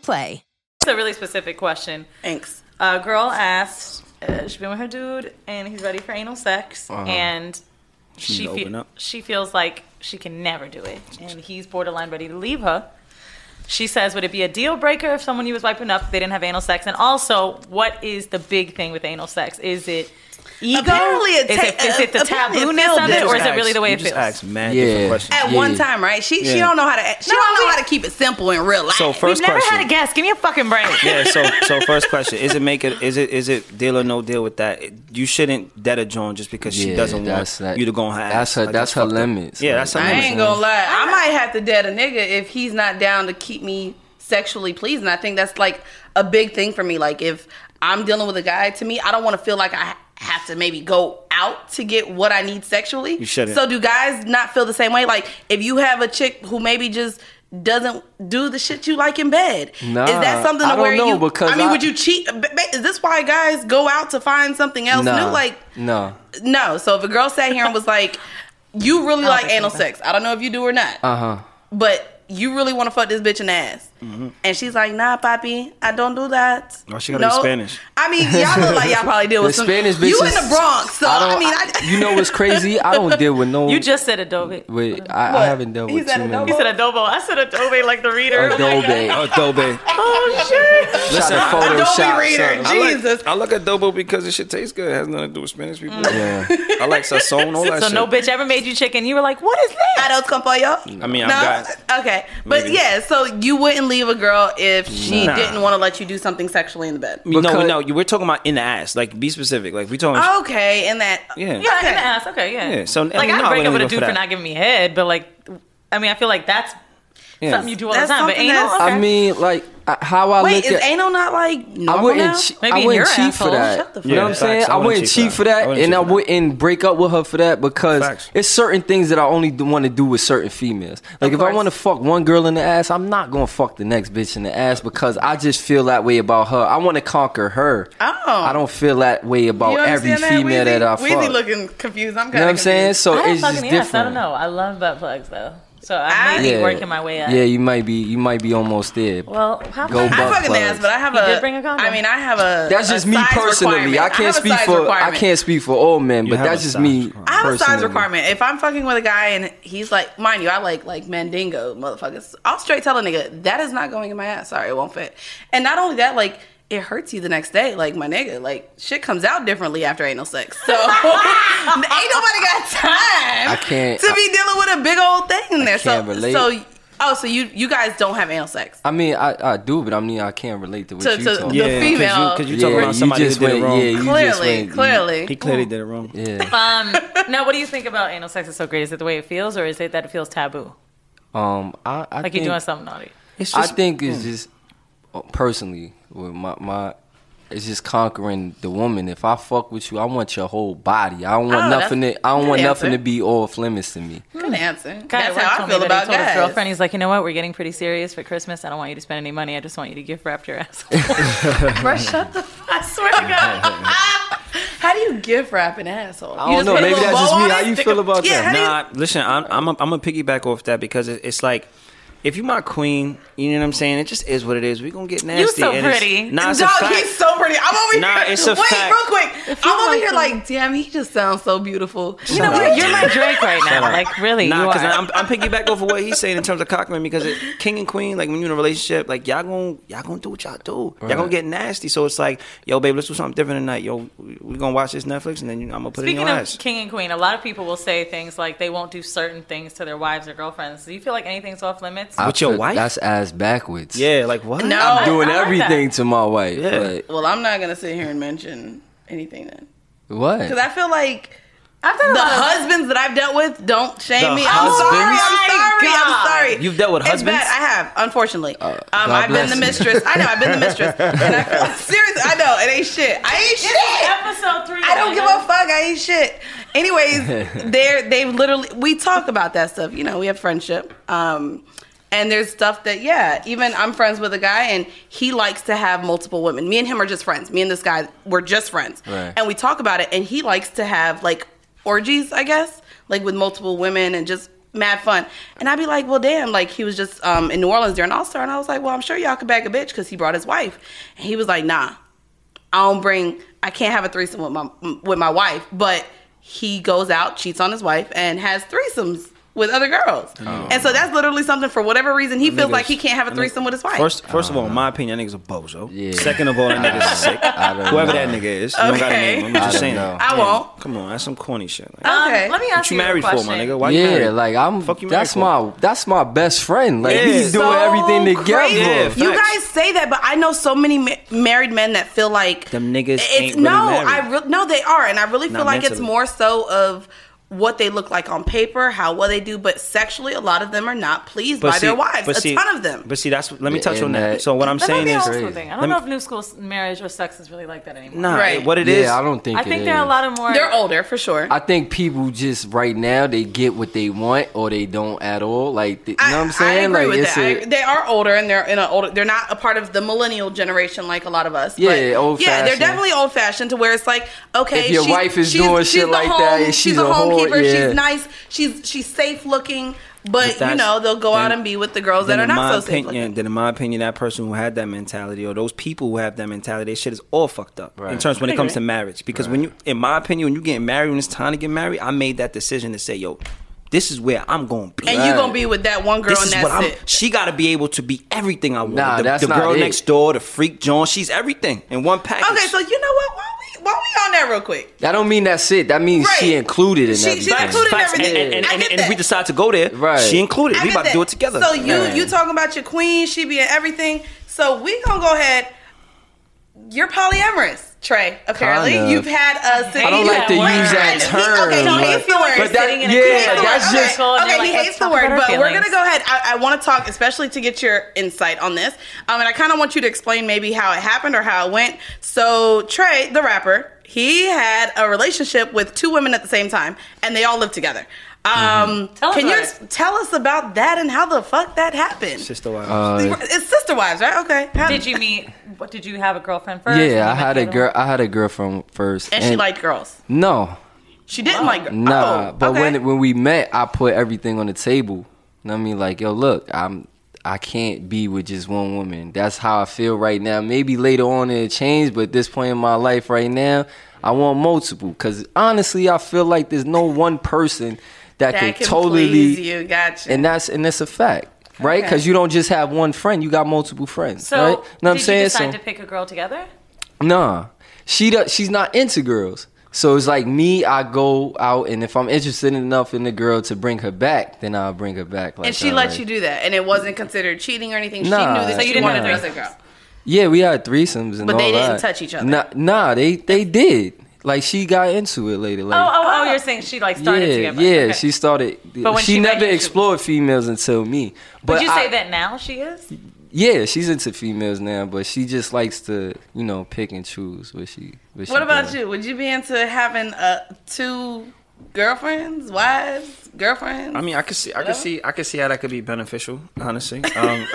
Play.
It's a really specific question.
Thanks.
A girl asked, uh, she's been with her dude, and he's ready for anal sex,
Uh-huh.
and
need
she
to
fe-
open up.
she feels like she can never do it, and he's borderline ready to leave her. She says, would it be a deal breaker if someone you was wiping up they didn't have anal sex? And also, what is the big thing with anal sex? Is it ego?
Apparently it
is, it,
ta-
is it the
uh, apparently it
tabooness
feels
of it, or
different.
is it really the way
you
it
just
feels?
Ask mad
Yeah.
different questions.
At
Yeah.
one time, right? She she
Yeah.
don't know how to she
No,
don't know
we-
how to keep it simple in real life.
So
We've
first
never
question.
had a guest. Give me a fucking break.
yeah. So
(laughs)
so first question is it make it is it is it deal or no deal with that? It- You shouldn't dead a Joan just because she
Yeah,
doesn't want
that's that-
you to go on her. ass.
that's her-
Like,
that's her
fucked up.
limits.
Yeah,
Like,
that's her
I
limits.
ain't gonna lie. I might have to date a nigga if he's not down to keep me sexually pleased. And I think that's like a big thing for me. Like if I'm dealing with a guy, to me, I don't want to feel like I have to maybe go out to get what I need sexually. You
shouldn't.
So do guys not feel the same way? Like if you have a chick who maybe just doesn't do the shit you like in bed.
Nah,
is that something
I
to
don't
where
know
you?
because
I mean,
I-
would you cheat? ba- ba- Is this why guys go out to find something else
nah,
new? Like
nah.
no. So if a girl sat here and was like, "You really like anal sex," I don't know if you do or not,
Uh huh.
but you really want to fuck this bitch in the ass, and she's like, "Nah, papi, I don't do that."
Oh, Mm-hmm. she gotta be Spanish.
I mean, (laughs) y'all look like y'all probably deal
The
with some
Spanish bitches.
You in the Bronx, so I,
don't-
mean,
(laughs) you know what's crazy?
(laughs)
I don't deal with no.
You just said adobe.
Wait, I, I
What?
haven't dealt
He
with
said
too
adobo?
many.
You said adobo. I said adobe like the reader. Oh my God.
Adobe.
Adobe.
Oh shit.
Try to Photoshop
Adobe reader.
something.
Jesus.
I like adobo because it shit tastes good. It has nothing to do with Spanish people.
Mm. Yeah.
I like
(laughs)
sazon, all that
So
shit.
no bitch ever made you chicken. You were like, what is this?
I don't come for y'all.
I mean,
no?
I've got
okay, but
Maybe.
yeah. So you wouldn't leave a girl if she
Nah.
didn't want to let you do something sexually in the bed.
no,
Because-
no. you- We're talking about in the ass. Like, be specific. Like, we
Oh,
talking.
Okay, and that.
yeah.
Yeah,
Okay.
in the ass. Okay, yeah.
Yeah, so, I
like
mean,
I'd
no, I
break up
wouldn't
with a
go for
dude for,
that.
not giving me head, but like, I mean, I feel like that's
Yeah.
something you do all
That's
the time. But
something
anal,
that's-
okay.
I mean, like I- how I
Wait,
look
is
at.
anal not like normal
I wouldn't.
now?
che-
Maybe
I
in
wouldn't
your
cheat
asshole.
for that.
Shut the
you know what I'm
fuck up.
saying?
Facts.
I wouldn't cheat for that,
I wouldn't
and
cheat
I
for that.
wouldn't break up with her for that because
Facts.
it's certain things that I only want to do with certain females. Like if I
course.
want to fuck one girl in the ass, I'm not gonna fuck the next bitch in the ass because I just feel that way about her. I want to conquer her.
Oh.
I don't feel that way about
You
every
understand
female that, I
Weezy? Weezy
fuck.
looking confused. I'm kind of
you know what I'm saying? So
I don't
it's just
fucking yes.
different.
I don't know. I love butt plugs though, so
Ah.
I may be working my way up.
Yeah, you might be. You might be almost there.
Well, how
Go
about-
I
buck
fucking
bugs.
ass, but I have
He
a.
did bring a condom.
I mean, I have a.
That's
a
just me
size
personally.
requirement.
I can't
have a
speak
size
for
requirement.
I can't speak for all men, but
have
that's
a
just
size
me.
requirement.
I have a size
personally.
requirement. If I'm fucking with a guy and he's like, mind you, I like like Mandingo motherfuckers. I'll straight tell a nigga that is not going in my ass. Sorry, it won't fit. And not only that, like it hurts you the next day. Like my nigga, like shit comes out differently after anal sex. So (laughs) ain't nobody got time
I can't.
to be dealing with a big old thing in there. so
can't relate.
so oh, so you you guys don't have anal sex.
I mean, I, I do, but I mean, I can't relate to what
To-
you
to
talking
the
about.
female. 'cause
you talking about somebody who
just
did it
went-
wrong.
Yeah, you just
Clearly,
went-
clearly.
He clearly did it wrong.
Yeah.
Um, now, what do you think about anal sex is so great? Is it the way it feels, or is it that it feels taboo?
Um, I, I
Like
think,
you're doing something naughty.
I think it's
hmm.
just uh, personally with my my. It's just conquering the woman. If I fuck with you, I want your whole body. I don't want
Oh, that's
nothing. To, I don't
good
want nothing
answer.
to be off limits to me.
Good answer.
Hmm. Guy at
That's
work
how I
told
feel
me that
about
he told
guys.
His girlfriend, he's like, you know what? We're getting pretty serious for Christmas. I don't want you to spend any money. I just want you to gift wrap your (laughs) asshole.
(laughs)
Bro,
(laughs)
shut the.
I swear to God.
How do you give rap an asshole?
Oh,
I don't know. Maybe that's just me. How you feel about
Yeah,
that?
how do you-
Nah, listen, I'm I'm a, I'm a piggyback off that because it, it's like. If you're my queen, you know what I'm saying. It just is what it is. We gonna get nasty.
so
and it's-
pretty.
Nah, it's a
Dog,
fact.
he's so pretty. I'm over
Nah,
here.
it's a
Wait,
fact.
real quick. I'm over
like
here
him-
like, damn, he just sounds so beautiful.
You know what? You're my Drake right now.
up.
Like, really,
Nah,
you
because
are.
I'm, I'm piggyback off of what he's saying in terms of cockman because it, king and queen, like when you're in a relationship, like y'all gonna y'all gonna do what y'all do. Y'all gonna get nasty. So it's like, yo, babe, let's do something different tonight. Yo, we gonna watch this Netflix and then you know, I'm gonna put it in
Speaking
your
of
ass.
king and queen, a lot of people will say things like they won't do certain things to their wives or girlfriends. Do you feel like anything's off limits?
I
With your
feel-
wife?
That's ass backwards.
yeah, like what?
No.
I'm doing
I like
everything to my wife.
Yeah.
Like,
Well, I'm not gonna sit here and mention anything then,
what?
because I feel like
I've done
the
a lot of-
husbands that I've dealt with don't shame
The
me.
husbands?
I'm sorry. I'm
Oh my
sorry.
God.
I'm sorry.
(laughs) You've dealt with
It's
husbands? Uh,
bad. I have, unfortunately. um,
God
I've been
bless
the
you.
mistress. I know. I've been the
(laughs)
mistress. And I feel, (laughs) seriously, I know it ain't shit. I ain't shit.
episode three.
I don't give a fuck. I ain't shit. Anyways, they're they literally we talk about that stuff. You know, we have friendship. Um and there's stuff that yeah, even I'm friends with a guy and he likes to have multiple women. Me and him are just friends. Me and this guy we're just friends.
Right.
And we talk about it and he likes to have like orgies, I guess, like with multiple women and just mad fun. And I'd be like, "Well, damn, like he was just um in New Orleans during All-Star and I was like, "Well, I'm sure y'all could bag a bitch cuz he brought his wife." And he was like, "Nah, I don't bring. I can't have a threesome with my with my wife. But he goes out, cheats on his wife, and has threesomes with other girls. And so that's literally something for whatever reason he feels like he can't have a threesome with his wife.
First, first of all, in my opinion, that nigga's a bozo.
Yeah.
Second of all, that (laughs) nigga's sick.
don't
Whoever
know.
that nigga is, you don't gotta
Okay.
name him. I'm
I
just
don't
saying.
know.
I won't.
Come on, that's some corny shit. Like,
Um,
Okay.
let me
what
ask
you
you,
married
a
for,
question.
my nigga? Why you
yeah,
married?
like I'm.
Fuck you married
that's
for?
my that's my best friend. Like
Yeah.
we doing
So
everything together.
crazy.
Yeah,
you
facts.
guys say that, but I know so many ma- married men that feel like
Them niggas
It's,
ain't really
no,
married.
I re- no, they are, and I really feel
Not
like it's
mentally.
more so of what they look like on paper, how well they do, but sexually, a lot of them are not pleased by their wives. A ton of them.
But see, that's let me
Yeah,
touch on
and
that.
that-
So what I'm
That might
saying
be an
is,
old school thing. I
Let
don't
me-
know if new school s- marriage or sex is really like that anymore.
nah,
Right.
what it
yeah,
is.
I don't think
I
it
think there are a
is.
lot of more.
They're older for sure.
I think people just right now they get what they want or they don't at all. Like th- you know what I'm saying?
I agree
like
with
it's
that. I-
a-
they are older and they're in an older. They're not a part of the millennial generation like a lot of us.
Yeah, old
Yeah, they're
fashioned.
definitely old fashioned to where it's like, okay,
If your
she's-
wife is
she's-
doing
she's
shit
the
like
home,
that,
she's,
she's
a,
a
home
whore,
keeper.
yeah.
She's nice. She's she's safe looking, but, you
that's-
know they'll go out
then-
and be with the girls that
then
are
in
not
my
so safe
opinion,
looking.
Then in my opinion, that person who had that mentality or those people who have that mentality, their shit is all fucked up in
Right.
terms when it comes to marriage. Because when you, in my opinion, when you getting married, when it's time to get married, I made that decision to say, yo, this is where I'm going to be.
And you gonna be with that one girl,
This
and
is
that's
what I'm.
it.
She got to be able to be everything I want.
Nah,
the
that's
the
not
girl
it.
next door, the freak John. She's everything in one package.
okay, so you know what? Why we why we on that real quick?
that don't mean that's it. That means she
Right.
included in
She- she's
everything.
included in
Facts. And-
everything.
And, and,
I
and,
get
and if
that.
we decide to go there,
Right.
she included.
I
We
get
about to
that.
do it together.
So you
Man.
you talking about your queen? She being everything. So we gonna go ahead. You're polyamorous, Trey. Apparently,
Kind of.
you've had a.
I don't like to
Yeah,
use that
He-
term.
okay, no,
but-
he's the word.
but that-
sitting in a
He hates
yeah,
the word.
that's
okay.
just
and
okay.
you're like,
he
let's
hates the
talk
word,
about
but
our
we're
feelings.
gonna go ahead. I, I want to talk, especially to get your insight on this, um, and I kind of want you to explain maybe how it happened or how it went. So Trey, the rapper, he had a relationship with two women at the same time, and they all lived together.
Mm-hmm.
Um,
Tell us
can you
about
ex- tell us about that and how the fuck that happened?
Sister Wives.
it's sister wives, right? Okay. How-
Did you meet? What did you have a girlfriend first? Did you
yeah, I
meet
had
the
a
other
girl.
one?
I had a girlfriend first,
and she liked girls.
no,
She didn't like girls.
Nah,
Oh,
but
okay.
when when we met, I put everything on the table. And I mean, like, yo, look, I'm I can't be with just one woman. That's how I feel right now. Maybe later on it'll change, but at this point in my life right now, I want multiple. Cause honestly, I feel like there's no one person that,
that
could
can
totally
please you, gotcha.
and that's and that's a fact. right? Because you don't just have one friend; you got multiple friends,
So,
right? Know what I'm
did
saying?
you decide to
So-
pick a girl together?
Nah, she does. She's not into girls. So it's like me. I go out, and if I'm interested enough in the girl to bring her back, then I'll bring her back. Like uh,
and she
that,
let
like-
you do that, and it wasn't considered cheating or anything.
Nah,
she knew that
So you
she
didn't
wanted
have
to dress a
threesomes?
girl.
Yeah, we had threesomes and
But
all
they didn't
that.
touch each other.
Nah, nah, they they did. Like she got into it later. Like, ah.
oh, oh, oh, you're saying she like started
yeah,
together.
yeah.
Okay.
She started.
But when
she,
she met
never
you, she-
explored females until me. But
Would you
I-
say that now she is?
Yeah, she's into females now, but she just likes to, you know, pick and choose what she. What,
What about you? Would you be into having uh, two girlfriends, wives, girlfriends?
I mean, I could see, I could
Whatever.
see, I could see how that could be beneficial. Honestly, um,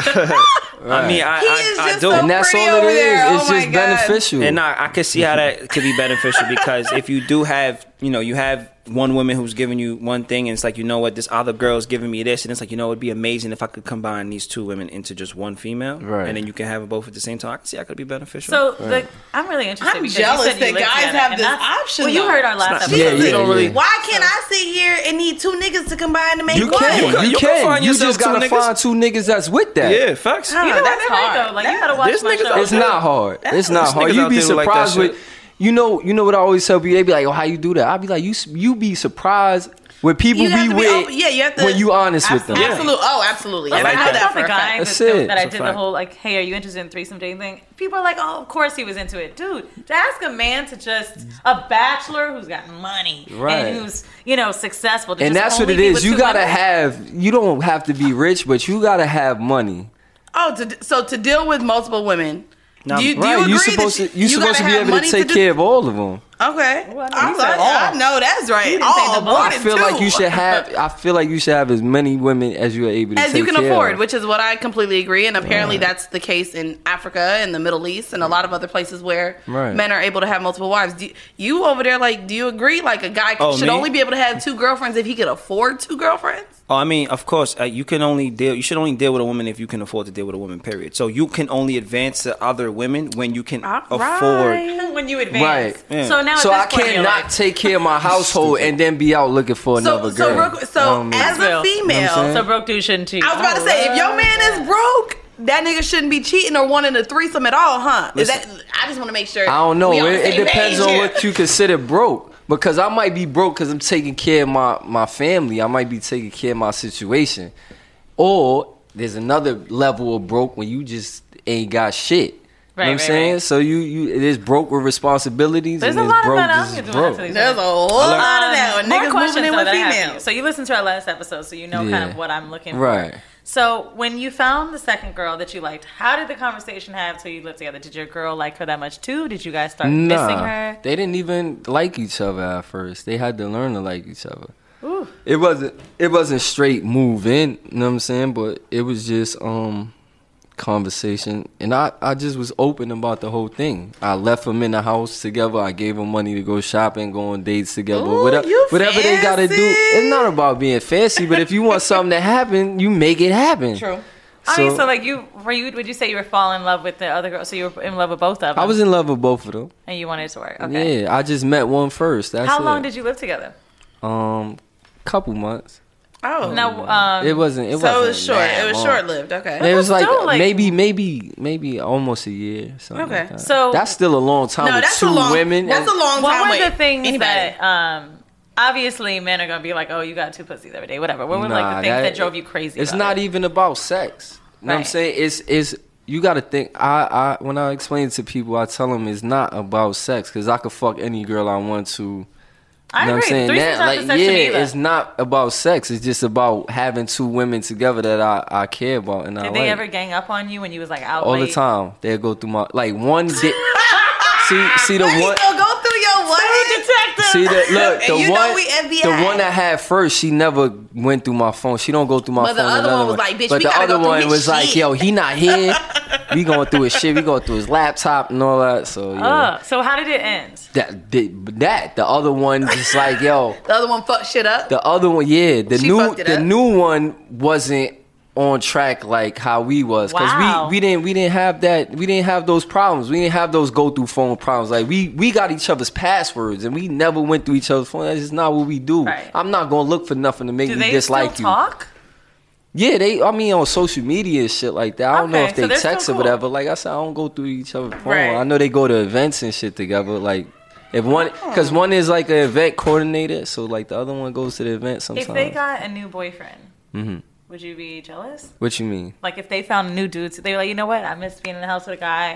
I mean, I,
He
I,
is
I
just
do,
so And that's pretty all it over is. there. It's Oh my just God.
beneficial.
And I, I could see how that could be beneficial because if you do have, you know, you have one woman who's giving you one thing, and it's like, you know what, this other girl's giving me this, and it's like, you know, it'd be amazing if I could combine these two women into just one female,
Right.
And then you can have them both at the same time. I can see how it could be beneficial.
So the, I'm really interested.
I'm
because you
jealous
said you
that
lived
guys
together,
have
and
this
that's-
option,
Well, you
though.
heard our last
not- Yeah,
episode.
yeah, yeah.
Why can't I sit here and need two niggas to combine to make
You
one?
can, you
You
can.
can
You,
find yourself
just gotta
two niggas.
find two niggas that's with that.
yeah, facts.
You know
That's
that's right
hard.
though. Like you gotta watch
This
my
nigga's
show.
out
It's not hard. It's not
There's
hard.
niggas
You'd
out
be
there who like that
surprised with,
shit.
you know, you know what I always tell people. They be like, "Oh, how you do that?" I'd be like, "You, s- you be surprised with people
You have
be
to be
with.
open- yeah, you have to-
when you honest with them.
absolutely. Oh, absolutely. I,
like
know
I
that.
that
thought
for
the
a fact.
guy
That's
with the-
it.
that I
It's
did
a
the
fact.
whole like, hey, are you interested in threesome dating thing? People are like, oh, of course he was into it, dude. To ask a man to just a bachelor who's got money
Right.
and who's you know successful, to
And
just
that's what
only
it
be with
is. You
two
gotta
women?
have. You don't have to be rich, but you gotta have money.
Oh, to, so to deal with multiple women. do you, do you
right?
agree
You supposed
that
to. You supposed
gotta
to be
have
able
money
to take
do-
care of all of them.
Okay, I,
he said
like- I know that's right.
didn't say
All
the book.
one
I
and
feel
two.
like you should have. I feel like you should have as many women as you are able to
as
take
you can
care
afford,
of.
which is what I completely agree. And apparently, that's the case in Africa and the Middle East and a lot of other places where
Right.
men are able to have multiple wives. Do you, you over there, like, do you agree? Like, a guy
Oh,
should
me?
only be able to have two girlfriends if he could afford two girlfriends.
Oh, I mean, of course, uh, you can only deal. You should only deal with a woman if you can afford to deal with a woman. Period. So you can only advance to other women when you can afford.
(laughs) when you advance.
Right.
Yeah.
So now
so I
at this point,
can't
you're
not
like,
take care
(laughs)
of my household and then be out looking for
So,
another
so,
girl.
real quick- so
Um,
as
Well,
a female,
saying? Oh,
so broke dude shouldn't cheat.
I was about to say, if your man is broke, that nigga shouldn't be cheating or wanting a threesome at all, huh? Is that? I just want to make sure.
I don't know.
we
It,
on the
it
same
depends
page
on
here.
what you consider broke. Because I might be broke because I'm taking care of my, my family. I might be taking care of my situation. Or there's another level of broke when you just ain't got shit.
Right,
you know what I'm
right,
saying?
right.
So you you it is broke with responsibilities
There's a
and it's
lot of
broke
men out
just
here
is
doing that
broke.
to these
There's a
women.
whole lot of that.
more
Niggas
questions
moving in
though
with
that I have for you.
females.
So you listened to our last episode, so you know kind
Yeah.
of what I'm looking for.
Right.
So when you found the second girl that you liked, how did the conversation have till you lived together? Did your girl like her that much too? Did you guys start missing
Nah,
her?
they didn't even like each other at first. They had to learn to like each other. It wasn't it wasn't straight move in, you know what I'm saying? But it was just um conversation, and I I just was open about the whole thing. I left them in the house together. I gave them money to go shopping, go on dates together.
Ooh,
whatever
you
whatever they gotta do.
fancy.
It's not about being fancy, but if you want something to happen, you make it happen.
True.
So,
I mean, so like you were you would you say you were falling in love with the other girl? So you were in love with both of them.
I was in love with both of them.
and you wanted it to work. Okay.
Yeah, I just met one first. That's
How long
it.
did you live together?
Um, couple months.
Oh,
Now, um,
It wasn't. It
so
wasn't
it was short.
that
It was
long.
short lived. Okay.
It was like,
still, like-
maybe, maybe, maybe almost a year. Something
Okay.
like that.
So-
that's still a long time.
No,
with
that's
two
a long.
women.
that's
and-
a long
What
time.
were
wait.
the things
Anybody.
that um obviously men are gonna be like, Oh, you got two pussies every day, whatever. What were like
Nah,
the things that, drove you crazy?
It's
about
not
it?
even about sex. You know what I'm
Right.
saying? It's it's you got to think. I I when I explain it to people, I tell them it's not about sex because I could fuck any girl I want to.
I
You know what
agree.
I'm saying?
Threesomes
That,
aren't
like,
the sex to me
yeah,
either.
it's not about sex. It's just about having two women together that I, I care about and I
Did
like.
they ever gang up on you when you was like out
all
late?
the time. They'll go through my like one
(laughs)
day. see, see the one.
So go through your what?
Detective.
See
(laughs)
that look
And
the
you know
one
we FBI.
the one I had first she never went through my phone she don't go through my
But the
phone
other
another
one was like, "Bitch,
but
we
the
gotta
other
go through
one
his
was like
shit."
yo he not
(laughs)
here we going through his shit we going through his laptop and all that so yeah
Uh, so how did it end?
that did that the other one just like yo
The other one fucked shit up.
the other one yeah the
She
new
fucked it
the
up.
new one wasn't on track like how we was because
Wow.
we we didn't we didn't have that we didn't have those problems we didn't have those go through phone problems like we we got each other's passwords and we never went through each other's phone that's just not what we do
Right.
i'm not gonna look for nothing to make
Do
me
they
dislike
still talk?
you Yeah, they. I mean, on social media and shit like that. I don't know
Okay,
if
so
they
they're
text
still
or
cool.
whatever. Like I said, I don't go through each other's phone.
Right.
I know they go to events and shit together. Like if one,
Oh.
because one is like an event coordinator, so like the other one goes to the event sometimes.
If they got a new boyfriend,
hmm
would you be jealous?
What you mean?
Like if they found new dudes, they were like, you know what? I miss being in the house with a guy.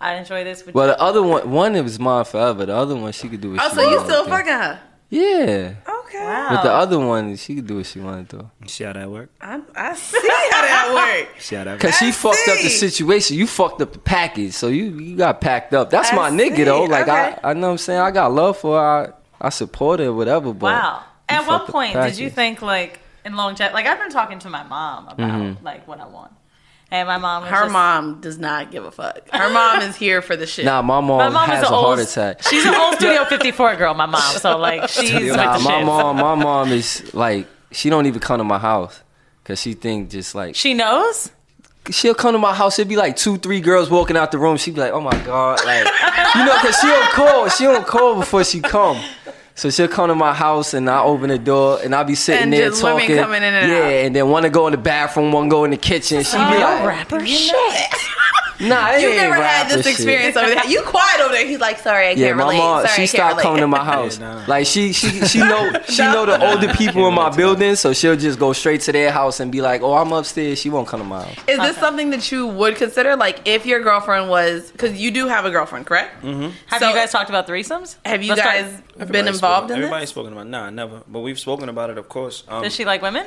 I enjoy this. Would
Well,
you-
the other one, one it was mine forever. The other one, she could do what
Oh,
she
so you
wanted
still
to.
fucking Oh,
her?
Yeah.
Okay.
But the other one, she could do what she wanted to.
See how that work?
I'm, I see how
(laughs)
that works.
See how that
Cause she fucked up the situation. You fucked up the package, so you you got packed up. That's my nigga though. Like
Okay.
I, I know what I'm saying. I got love for her. I, I support her, whatever. But
wow.
you
At what
fucked the
point did you
package.
think like in long jet? Like I've been talking to my mom about
Mhm.
like what I want, and my mom. Was
Her
just-
mom does not give a fuck. Her mom is here for the shit.
Nah, my mom,
My mom is
has
a
a heart
old-
attack.
She's an
(laughs)
old Studio 54 girl, my mom. So
(laughs)
like she's with
nah,
the
my
shits.
mom, my mom is like she don't even come to my house because she think just like
She knows.
she'll come to my house. It'd be like two, three girls walking out the room. She'd be like, "Oh my god!" Like you know, cause she don't call. She don't call before she come. So she'll come to my house and I open the door and I'll be sitting
And
there
just women
talking.
coming in and
yeah,
out. Oh,
and then one to go in the bathroom, one go in the kitchen. She be like,
rapper shit.
(laughs) "Nah, it
you
ain't
never had
rapper
this
shit."
experience over there. You quiet over there. He's like, sorry, I
Yeah,
can't
my
relate.
mom,
sorry,
she
I
started
can't relate.
coming to my house. Like she, she, she know, she know the older people in my building, so she'll just go straight to their house and be like, "Oh, I'm upstairs." She won't come to my house.
(laughs) Is this something that you would consider? Like, if your girlfriend was, because you do have a girlfriend, correct?
Mm-hmm.
Have you guys talked about threesomes?
Have you
Let's
guys been involved in
Everybody's spoken about. Nah, never. But we've spoken about it, of course. Um,
Does she like women?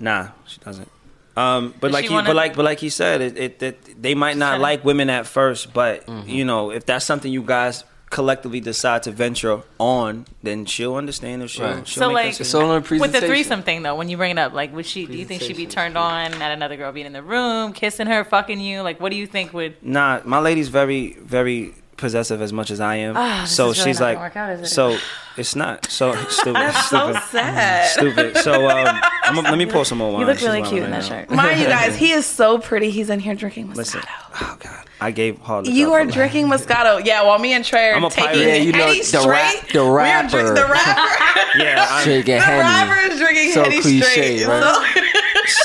Nah, she doesn't. Um, but
Does
like,
she
he,
wanna-
but like, but like he said, it, it, that they might not like women at first, but you know, if that's something you guys collectively decide to venture on, then she'll understand. If she'll,
Right.
she'll
so
make
like
that decision.
with the threesome thing though, when you bring it up, like would she? Do you think she'd be turned on at another girl being in the room, kissing her, fucking you? Like what do you think would?
Nah, my lady's very, very possessive as much as I am.
Ah, this
so
is really
she's
not gonna
like,
work out, is it?
so it's not. So stupid.
That's so
stupid.
sad.
Stupid. So um, I'm, let me pour some more wine.
look
She's
really
wilding
cute in
right
that
now. (laughs)
shirt.
Mind you guys, (laughs) he is so pretty. He's in here drinking Moscato.
Listen, oh god, I gave Harley.
You are drinking Moscato. Yeah, while me and Trey are
I'm a
taking
pirate.
it.
Yeah, you know,
Henny
the rap-
straight.
the
We are
rapper.
drinking- the rapper.
Yeah, I'm
Drinking
the
Henny.
rapper is drinking
So
Henny
cliche,
straight.
right?
So-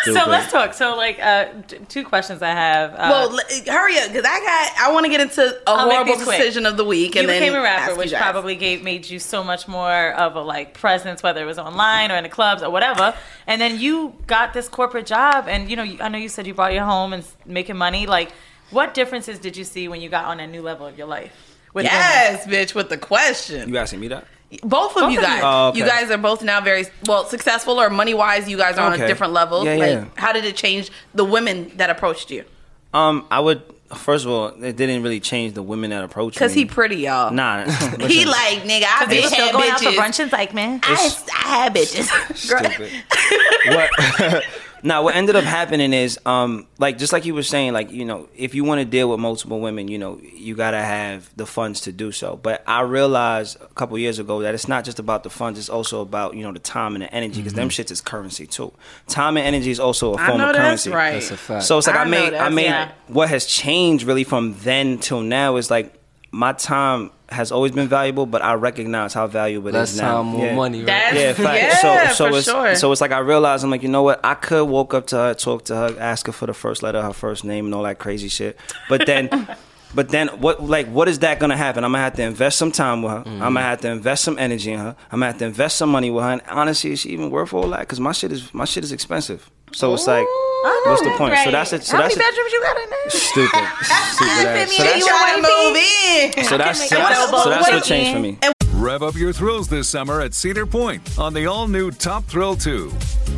So let's talk. So like uh, t- two questions I have. Uh,
well, l- hurry up because I got. I want to get into a
I'll make
horrible
these quick.
decision of the week, and
you
then
became a
ask
rapper,
you
which
guys.
probably gave made you so much more of a like presence, whether it was online or in the clubs or whatever. And then you got this corporate job, and you know, you, I know you said you brought your home and s- making money. Like, what differences did you see when you got on a new level of your life? With
yes, bitch, with the question.
You asking me that?
Both
Both of you
of you.
guys,
Oh, okay.
you guys are both now very well successful or money wise. You guys are on
Okay.
a different level.
Yeah,
like,
yeah.
how did it change the women that approached you?
Um, I would first of all, it didn't really change the women that approached me.
Because he pretty, y'all.
Nah,
(laughs) he
(laughs) listen,
like nigga. I
They
been
were still
had
going out for
bitches.
brunches, like man.
I, I had bitches. (laughs) Girl,
stupid. what? (laughs) now, what ended up happening is, um, like just like you were saying, like you know, if you want to deal with multiple women, you know, you gotta have the funds to do so. But I realized a couple years ago that it's not just about the funds; it's also about you know the time and the energy because them
Mm-hmm.
shits is currency too. Time and energy is also a
I
form
know
of
that's
currency.
right. That's a fact.
So it's like
I
I,
know
made, I
that's
made
right.
what has changed really from then till now is like my time has always been valuable, but I recognize how valuable it is
Less
now.
time, more money, right? That's-
yeah, facts.
yeah,
so, so
for
it's,
sure.
So it's like I realized I'm like, you know what? I could walk up to her, talk to her, ask her for the first letter, of her first name, and all that crazy shit. But then, but then what? Like, what is that gonna happen? I'm gonna have to invest some time with her. I'm gonna have to invest some energy in her. I'm gonna have to invest some money with her. And honestly, is she even worth all that? Because my shit is my shit is expensive. So it's like, what's the point? So that's it. So
How
that's
many
it.
bedrooms you got in there?
Stupid.
(laughs)
Stupid ass. So
They
that's,
trying to move in.
so that's, so that's, so that's what changed for me.
Rev up your thrills this summer at Cedar Point on the all new Top Thrill 2.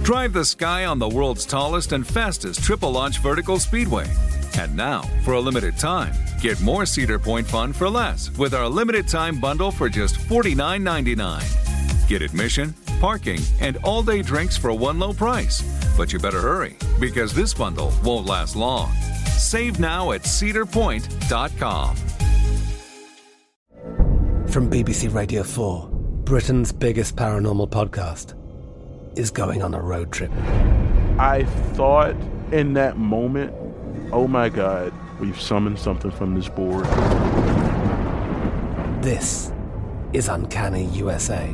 Drive the sky on the world's tallest and fastest triple launch vertical speedway. And now, for a limited time, get more Cedar Point fun for less with our limited time bundle for just $49.99. Get admission, parking, and all day drinks for one low price. But you better hurry because this bundle won't last long. Save now at cedarpoint.com.
From BBC Radio 4, Britain's biggest paranormal podcast is going on a road trip.
I thought in that moment, oh my God, we've summoned something from this board.
This is Uncanny USA.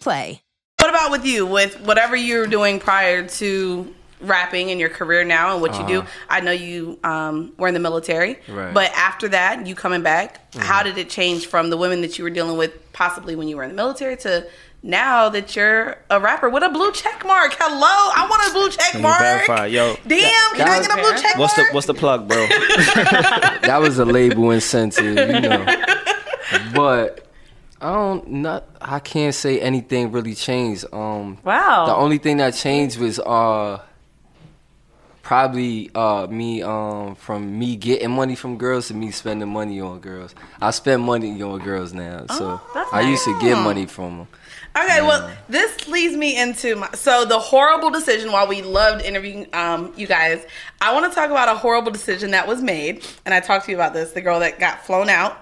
Play.
What about with you? With whatever you're doing prior to rapping in your career now and what you do?
Uh-huh.
I know you um, were in the military,
Right.
but after that, you coming back.
Mhm.
How did it change from the women that you were dealing with, possibly when you were in the military, to now that you're a rapper with a blue check mark? Hello, I want a blue check
You
mark.
verify, yo.
Damn, can I get a blue check mark?
What's the what's the plug, bro?
(laughs) that was a label incentive, you know. But I don't not I can't say anything really changed. Um
Wow.
The only thing that changed was uh probably uh me um from me getting money from girls to me spending money on girls. I spend money on girls now. So
Oh, that's
I used to get
nice.
money from them.
Okay, well, this leads me into my so the horrible decision. While we loved interviewing um, you guys, I want to talk about a horrible decision that was made, and I talked to you about this. The girl that got flown out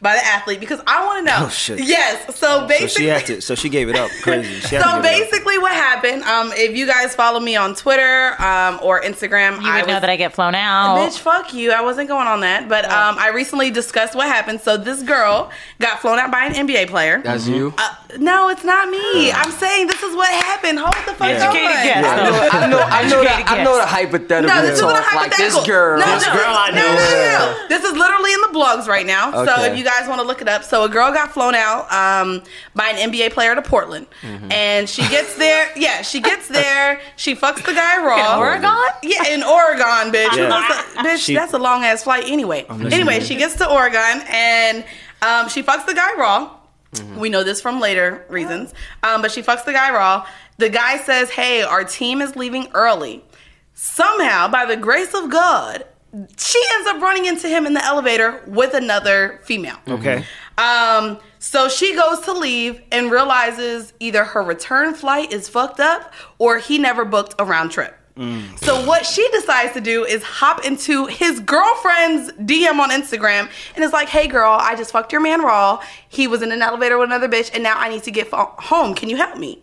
by the athlete because I want to know.
Oh, shit. Oh,
Yes, so
so
basically,
she had to. So she gave it up. Crazy. She had
so
to give it up.
basically, what happened? Um, if you guys follow me on Twitter um, or Instagram, you
would know that I get flown
Oh.
out.
Bitch, fuck you. I wasn't going on that, but um, I recently discussed what happened. So this girl got flown out by an NBA player.
That's you?
Uh, no, it's not me. I'm saying this is what happened. Hold the fuck
Yeah.
up.
Educated guess, Yeah. though. I know- I know- I know Educated the- I know guess. the hypothetical
No, this is
talk,
what a
like,
hypothetical.
this girl-
No,
This
no,
girl I
no,
know.
No, no, no. This is literally in the blogs right now. So
Okay.
if you guys want to look it up, so a girl got flown out um, by an NBA player to Portland,
Mm-hmm.
Mhm.
and she gets there. (laughs) Yeah, she gets there. She fucks the guy raw.
In Oregon?
Yeah, in Oregon, bitch.
Yeah.
That's a- bitch,
She- Oh,
that's a long ass flight anyway.
listening.
Anyway, she gets to Oregon and um, she fucks the guy raw. Mm-hmm. We know this from later reasons. Um, but she fucks the guy raw. The guy says, Hey, our team is leaving early. Somehow, by the grace of God, she ends up running into him in the elevator with another female.
Mm-hmm.
Okay.
Um, so she goes to leave and realizes either her return flight is fucked up or he never booked a round trip.
Mm.
So what she decides to do is hop into his girlfriend's DM on Instagram and is like, "Hey girl, I just fucked your man raw. He was in an elevator with another bitch, and now I need to get fo- home. Can you help me?"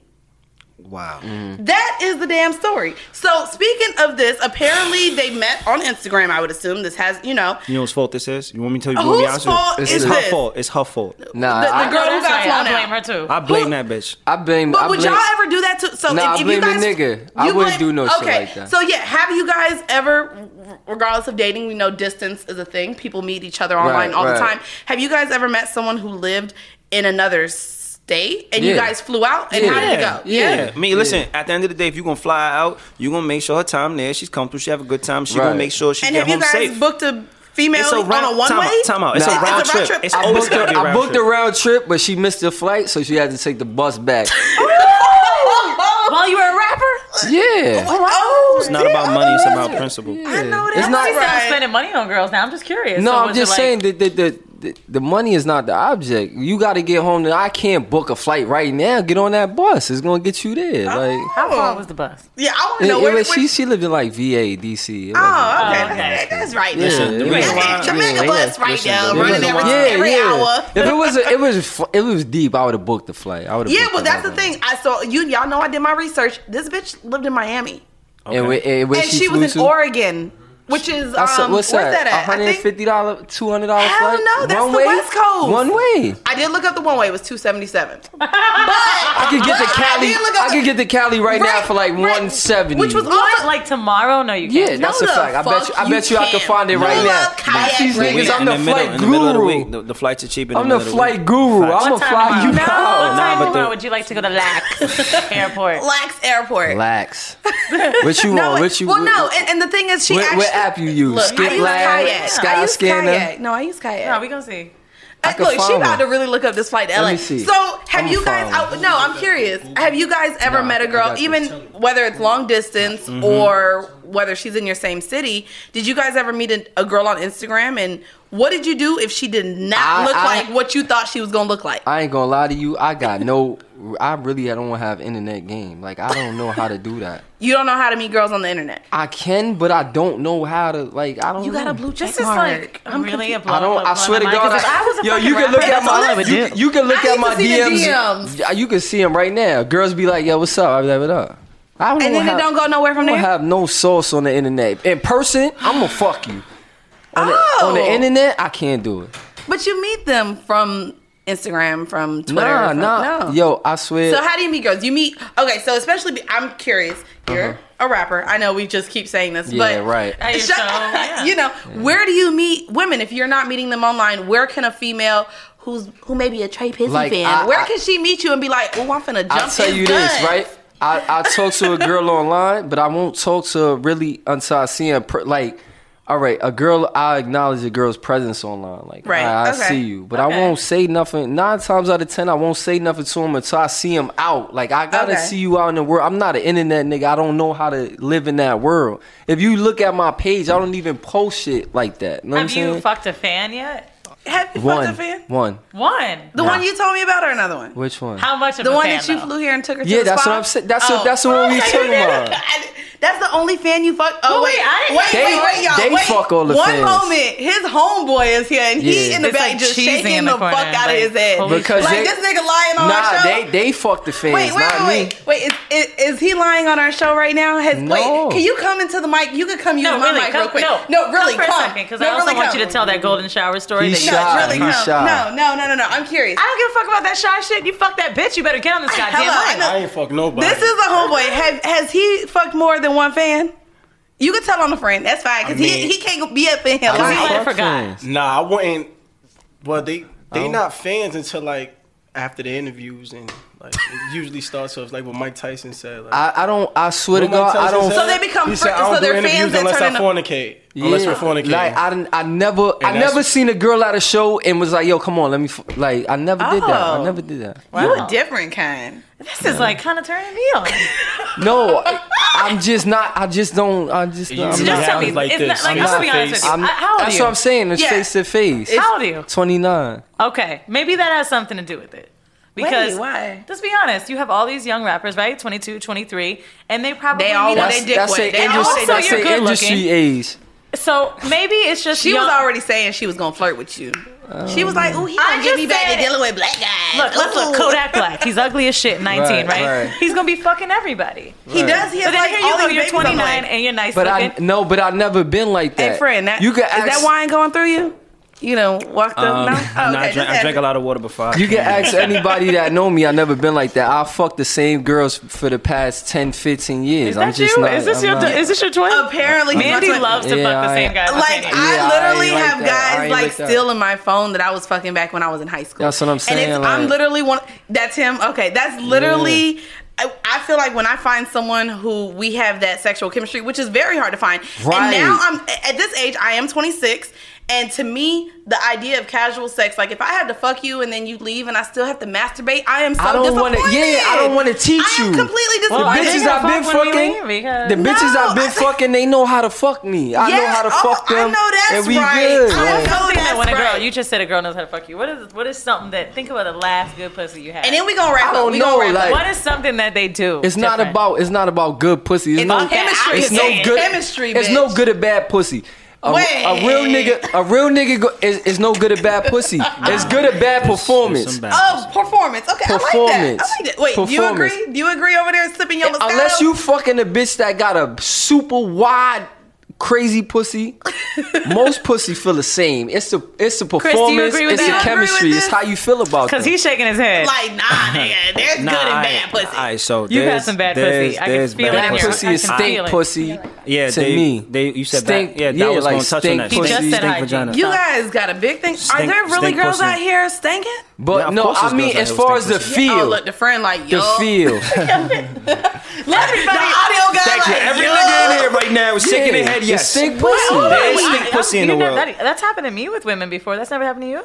Wow.
Mm-hmm.
That is the damn story. So speaking of this, apparently they met on Instagram. I would assume this has, you know,
You know whose fault this is? You want me to tell you?
Whose
you want me to answer?
fault
it's
is
her
this?
fault. It's her fault.
Nah,
The- the I- girl who got flown
I blame
out.
her too.
I blame that bitch.
I blame
But
I
would
blame,
y'all ever do that too? So
Nah,
if,
I
if you
blame
guys,
the nigga. I
you
wouldn't do no shit
okay.
like that.
So yeah, have you guys ever, regardless of dating, we know distance is a thing. People meet each other online
Right,
all the
right.
time. Have you guys ever met someone who lived in another state and you
Yeah.
guys flew out? And how did it go?
I mean, listen. At the end of the day, if you gonna fly out, you are gonna make sure her time there. She's comfortable. She have a good time. She
Right.
gonna make sure she
And
get
have you
home
guys
safe.
booked a female
It's a
on a
round-
one
time
way?
out, time out. It's a
Nah.
round trip. It's
I
always
booked,
gotta
the,
be a
I
round
booked
trip.
the round trip, but she missed the flight, so she had to take the bus
(laughs)
back.
While you were a rapper?
Yeah.
Oh,
It's not about money. It's about principle.
It's
I'm
not
not
right.
spending money on girls now. I'm just curious.
No,
So
I'm
was it
just
like-
saying that the, the, the, the money is not the object. You got to get home. To, I can't book a flight right now. Get on that bus. It's gonna get you there. Like,
How
Oh.
far was the bus?
Yeah, I
it, it was- she she lived in like VA, DC. It
Oh,
wasn't-
okay. That's, that's right.
Yeah,
Listen,
it was-
Jamaica
yeah,
bus
yeah.
right now,
It
running
was-
every,
yeah,
every
yeah.
hour.
If it was a, it was f- it was deep, I would have booked the flight. I would have.
Yeah, well, that's the thing. I saw you. Y'all know I did my research. This bitch lived in Miami,
And, where- and, where
and she,
flew
was in
to?
Oregon, which is um,
I said, what's
where's
that?
that, at? I
One hundred
think
fifty dollar, two hundred dollar
Hell
flight.
no, that's
one
the
way?
West Coast.
One way.
I did look up the one way. It was two seventy seven, but
I
I
could get to Cali.
did look
I,
up
could get to Cali right, now for like one seventy.
Which was
What? Like tomorrow? No, you
yeah,
can't.
that's a fact. I bet you. I bet you, I can find it
No.
right
Pull
now.
up,
Fuck These
Wait,
niggas, I'm the
in middle-
flight
in the middle of the
guru.
week, the, the flights are cheep. In
I'm
the,
the flight guru. I'ma fly you
no, What
out. Nah,
time
but
tomorrow
the-
would you like to go to Lax
(laughs)
Airport?
Lax
(laughs)
Airport.
Relax. What you want? What you?
Well,
what-
no, and, and the thing is, she
what,
actually.
what app you use?
Look, I
Skip
use
Lab,
Kayak. I
Sky
use
Scanner.
Kayak. No, I use Kayak.
No, we gonna see.
I
Uh,
could
Look, she
find
about
one.
to really look up this flight to
Let
LA.
me see.
So, have
I'ma
you guys?
find
I, no, I'm curious. Have you guys ever
Nah,
met a
I
girl,
got you.
even whether it's long distance
Mhm.
or whether she's in your same city? Did you guys ever meet a, a girl on Instagram? And what did you do if she did not
I-
look
I-
like what you thought she was gonna look like?
I ain't gonna lie to you. I got no. I really I don't have internet game. Like I don't know how to do that.
You don't know how to meet girls on the internet.
I can, but I don't know how to. Like
Oh,
I don't.
You got
know.
a blue check
This is
mark.
like I'm really a blow
I don't. I swear to God. yo, you can look at my. You, can- you can look
I
at
need
my
to see the
DMs. Yeah, You can see them right now. Girls be like, "Yo, what's up?" I be like, "What up?" I
And then it don't go nowhere from
I don't
there?
have no sauce on the internet. In person, I'm gonna fuck you. On, the, on the
Oh.
internet, I can't do it.
But you meet them from Instagram, from Twitter.
nah,
from,
nah.
No.
Yo, I swear.
So how do you meet girls? You meet okay. So especially, be, I'm curious. You're a rapper. I know we just keep saying this,
Uh-huh. Yeah,
but
right.
(laughs)
Hey,
Shut- you know, where do you meet women if you're not meeting them online? Where can a female who's who may be a Trey Pizzy
Like,
fan?
I-
where
I-
can she meet you and be like, "Oh, I'm finna jump"?
I'll tell
his
you this,
gun."
right? I, I talk to
(laughs)
a girl online, but I won't talk to her really until I see her. Per, like, all right, a girl, I acknowledge a girl's presence online. Like,
Right,
I, I
okay.
see you, but
Okay.
I won't say nothing. Nine times out of ten, I won't say nothing to him until I see him out. Like, I gotta
Okay.
see you out in the world. I'm not an internet nigga. I don't know how to live in that world. If you look at my page, I don't even post shit like that. You know
Have
what I'm
you
saying?
fucked a fan yet?
Have you
one,
fucked a fan?
one.
One.
The
Nah.
one you told me about, or another one?
Which one?
How much of
(laughs) the
a
one
fan,
that you
though?
flew here and took her to
Yeah,
the
that's
spa?
what I'm saying. That's
Oh.
what. That's the one we talking about.
That's the only fan you fuck. Oh
Who we-
wait,
I didn't
wait,
They-
wait, wait, y'all.
they
wait.
fuck all the
One
fans.
moment, his homeboy is here, and he
Yeah.
in the
It's
back
like
just
cheesy
shaking
in
the,
the
fuck
corner,
out
like,
of his ass.
Because
like
they-
this nigga lying on our
Nah,
show.
they they fuck the fans,
wait, wait,
not
wait,
me.
wait, wait. Is, is, is he lying on our show right now? Has
No.
wait? Can you come into the mic? You could come use
No,
my
really,
mic
come,
real quick.
no,
really,
come.
come.
For a second, because
no,
I also
really
want
come.
you to tell that golden shower story.
He's
that
shy,
you
he's
come.
shy.
No, no, no, no, no. I'm curious.
I don't give a fuck about that shy shit. You fuck that bitch. You better get on this goddamn
Hello, I
line.
know-
I ain't fuck nobody.
This is a homeboy. Have, has he fucked more than one fan? You can tell on a friend. That's fine because
I
he,
mean-
he can't be up in here.
I
lying.
don't fuck fans. Nah, I wouldn't. Well, they they
don't-
not fans until like after the interviews and like it usually starts off like what Mike Tyson said. Like,
I, I don't. I swear to
what Mike
God, I
Tyson
don't.
said? He said, I don't do interviews unless I fornicate. Unless we're fornicating.
Like I, didn't- I never, I
that's-
never seen a girl at a show and was like, "Yo, come on, let me." F-. Like I never did that. I
Oh.
never did that.
You a different kind.
This is like kind of turning me on.
No, I'm just not. I just don't. I just.
You
I'm
just
not,
tell me, Like it's not- this, like, I'm gonna be honest with you. I- how old
that's
are you?
what I'm saying. It's
Yeah.
face to face.
How old are you?
Twenty nine.
Okay, maybe that has something to do with it. Because
Wait, why?
Let's be honest. You have all these young rappers, right? 22, 23, and they probably
They all
meet
want
at-
their dick
That's
wet.
an
They all
industry.
say
That's
you're
an
good looking.
industry age.
So maybe it's just
She
young-
was already saying she was gonna flirt with you. she was like, "Ooh, he
I
gonna get
just
me back
said
to
it.
dealing with black guys."
Look, let's look.
Ooh.
Kodak Black.
(laughs)
He's ugly as shit. Nineteen,
Right,
right?
right.
He's gonna be fucking everybody.
He Right. does. He
But then
has, like,
here
all
you go.
these
You're
babies on
29
the way.
and you're nice
But
looking.
I no, but I never been like that.
Hey, friend, that,
you can
is that
ask-
wine going through you? You know, walked up.
Um,
no?
nah, I,
okay,
drank, I
just
drank a lot of water before. I
You can
came here.
ask anybody that know me. I never been like that. I fuck the same girls for the past 10, 15 years.
Is that
I'm just
you?
Not,
is this
I'm
your
not-
is this your twin?
Apparently, he's my
Mandy
twin.
loves to
Yeah,
fuck the
I-
same guy.
Like
Yeah,
I literally
I ain't
have
like that. I
guys
ain't
like,
like that.
still in my phone that I was fucking back when I was in high school.
That's what I'm
And
saying,
it's, I'm
like-
literally one. That's him. Okay, that's literally. I, I feel like when I find someone who we have that sexual chemistry, which is very hard to find. And
Right.
now I'm at this age. I am 26. And to me, the idea of casual sex, like if I had to fuck you and then you leave and I still have to masturbate, I am so
I don't want
disappointed.
to. Yeah, I don't want to teach you.
completely
The
disappointed.
bitches I've been fucking. The bitches I've been fucking. They know how to fuck me. I know
Yeah,
how to
oh,
fuck them.
I know that's
and we
right.
good.
I
like-
know
Think that
that's
when a girl,
right.
you just said a girl knows how to fuck you. What is what is something that think about the last good pussy you had?
And then we gonna wrap I up. don't We gonna know, wrap up. like-
what is something that they do?
It's not
different?
about. It's not about good pussy. It's,
It's
no
about chemistry,
It's
I'm
no
saying.
good.
Chemistry,
It's
bitch.
no good or bad pussy. A, a real nigga, a real nigga go, is, is no good or bad pussy. It's good or bad performance.
Oh, performance. Okay,
Performance.
I like that. I like that. Wait, do you
Performance.
agree? Do you agree over there sipping your Moscato?
Unless you fucking a bitch that got a super wide, crazy pussy, most pussy feel the same. It's the it's the
Chris, do you
performance,
agree with that?
it's the
Do you agree with
chemistry, it's
this?
how you feel about.
Because
them.
he's shaking his head.
Like,
(laughs)
nah, nigga, there's
Nah,
good and
I-
bad pussy.
All right, so
You got
there's-
some bad
there's-
pussy. I can
there's
feel it
bad
in your-
That pussy
I
is
can feel
stink
it.
pussy.
Yeah,
to
they,
me.
They you said
Stink-
bad. Yeah, that
yeah,
was
like
gonna touch on
stink
that.
pussy. He just said
stink
hygiene.
vagina.
you guys got a big thing. Are
Stink-
there really
stink
girls
pussy.
out here stinking?
Yeah,
But
of
no,
course
I
it's
mean
gonna
as
have
far as
stink
the
pussy.
Yeah,
feel,
oh, look, the friend like yo.
the
(laughs)
feel.
Let everybody. The audio guy
Thank you.
like
Every
yo.
nigga in here right now is shaking their
Yeah,
head.
it's
Yes,
stink
There's
pussy.
stink pussy in
You
the
know,
world.
that- that's happened to me with women before. That's never happened to you.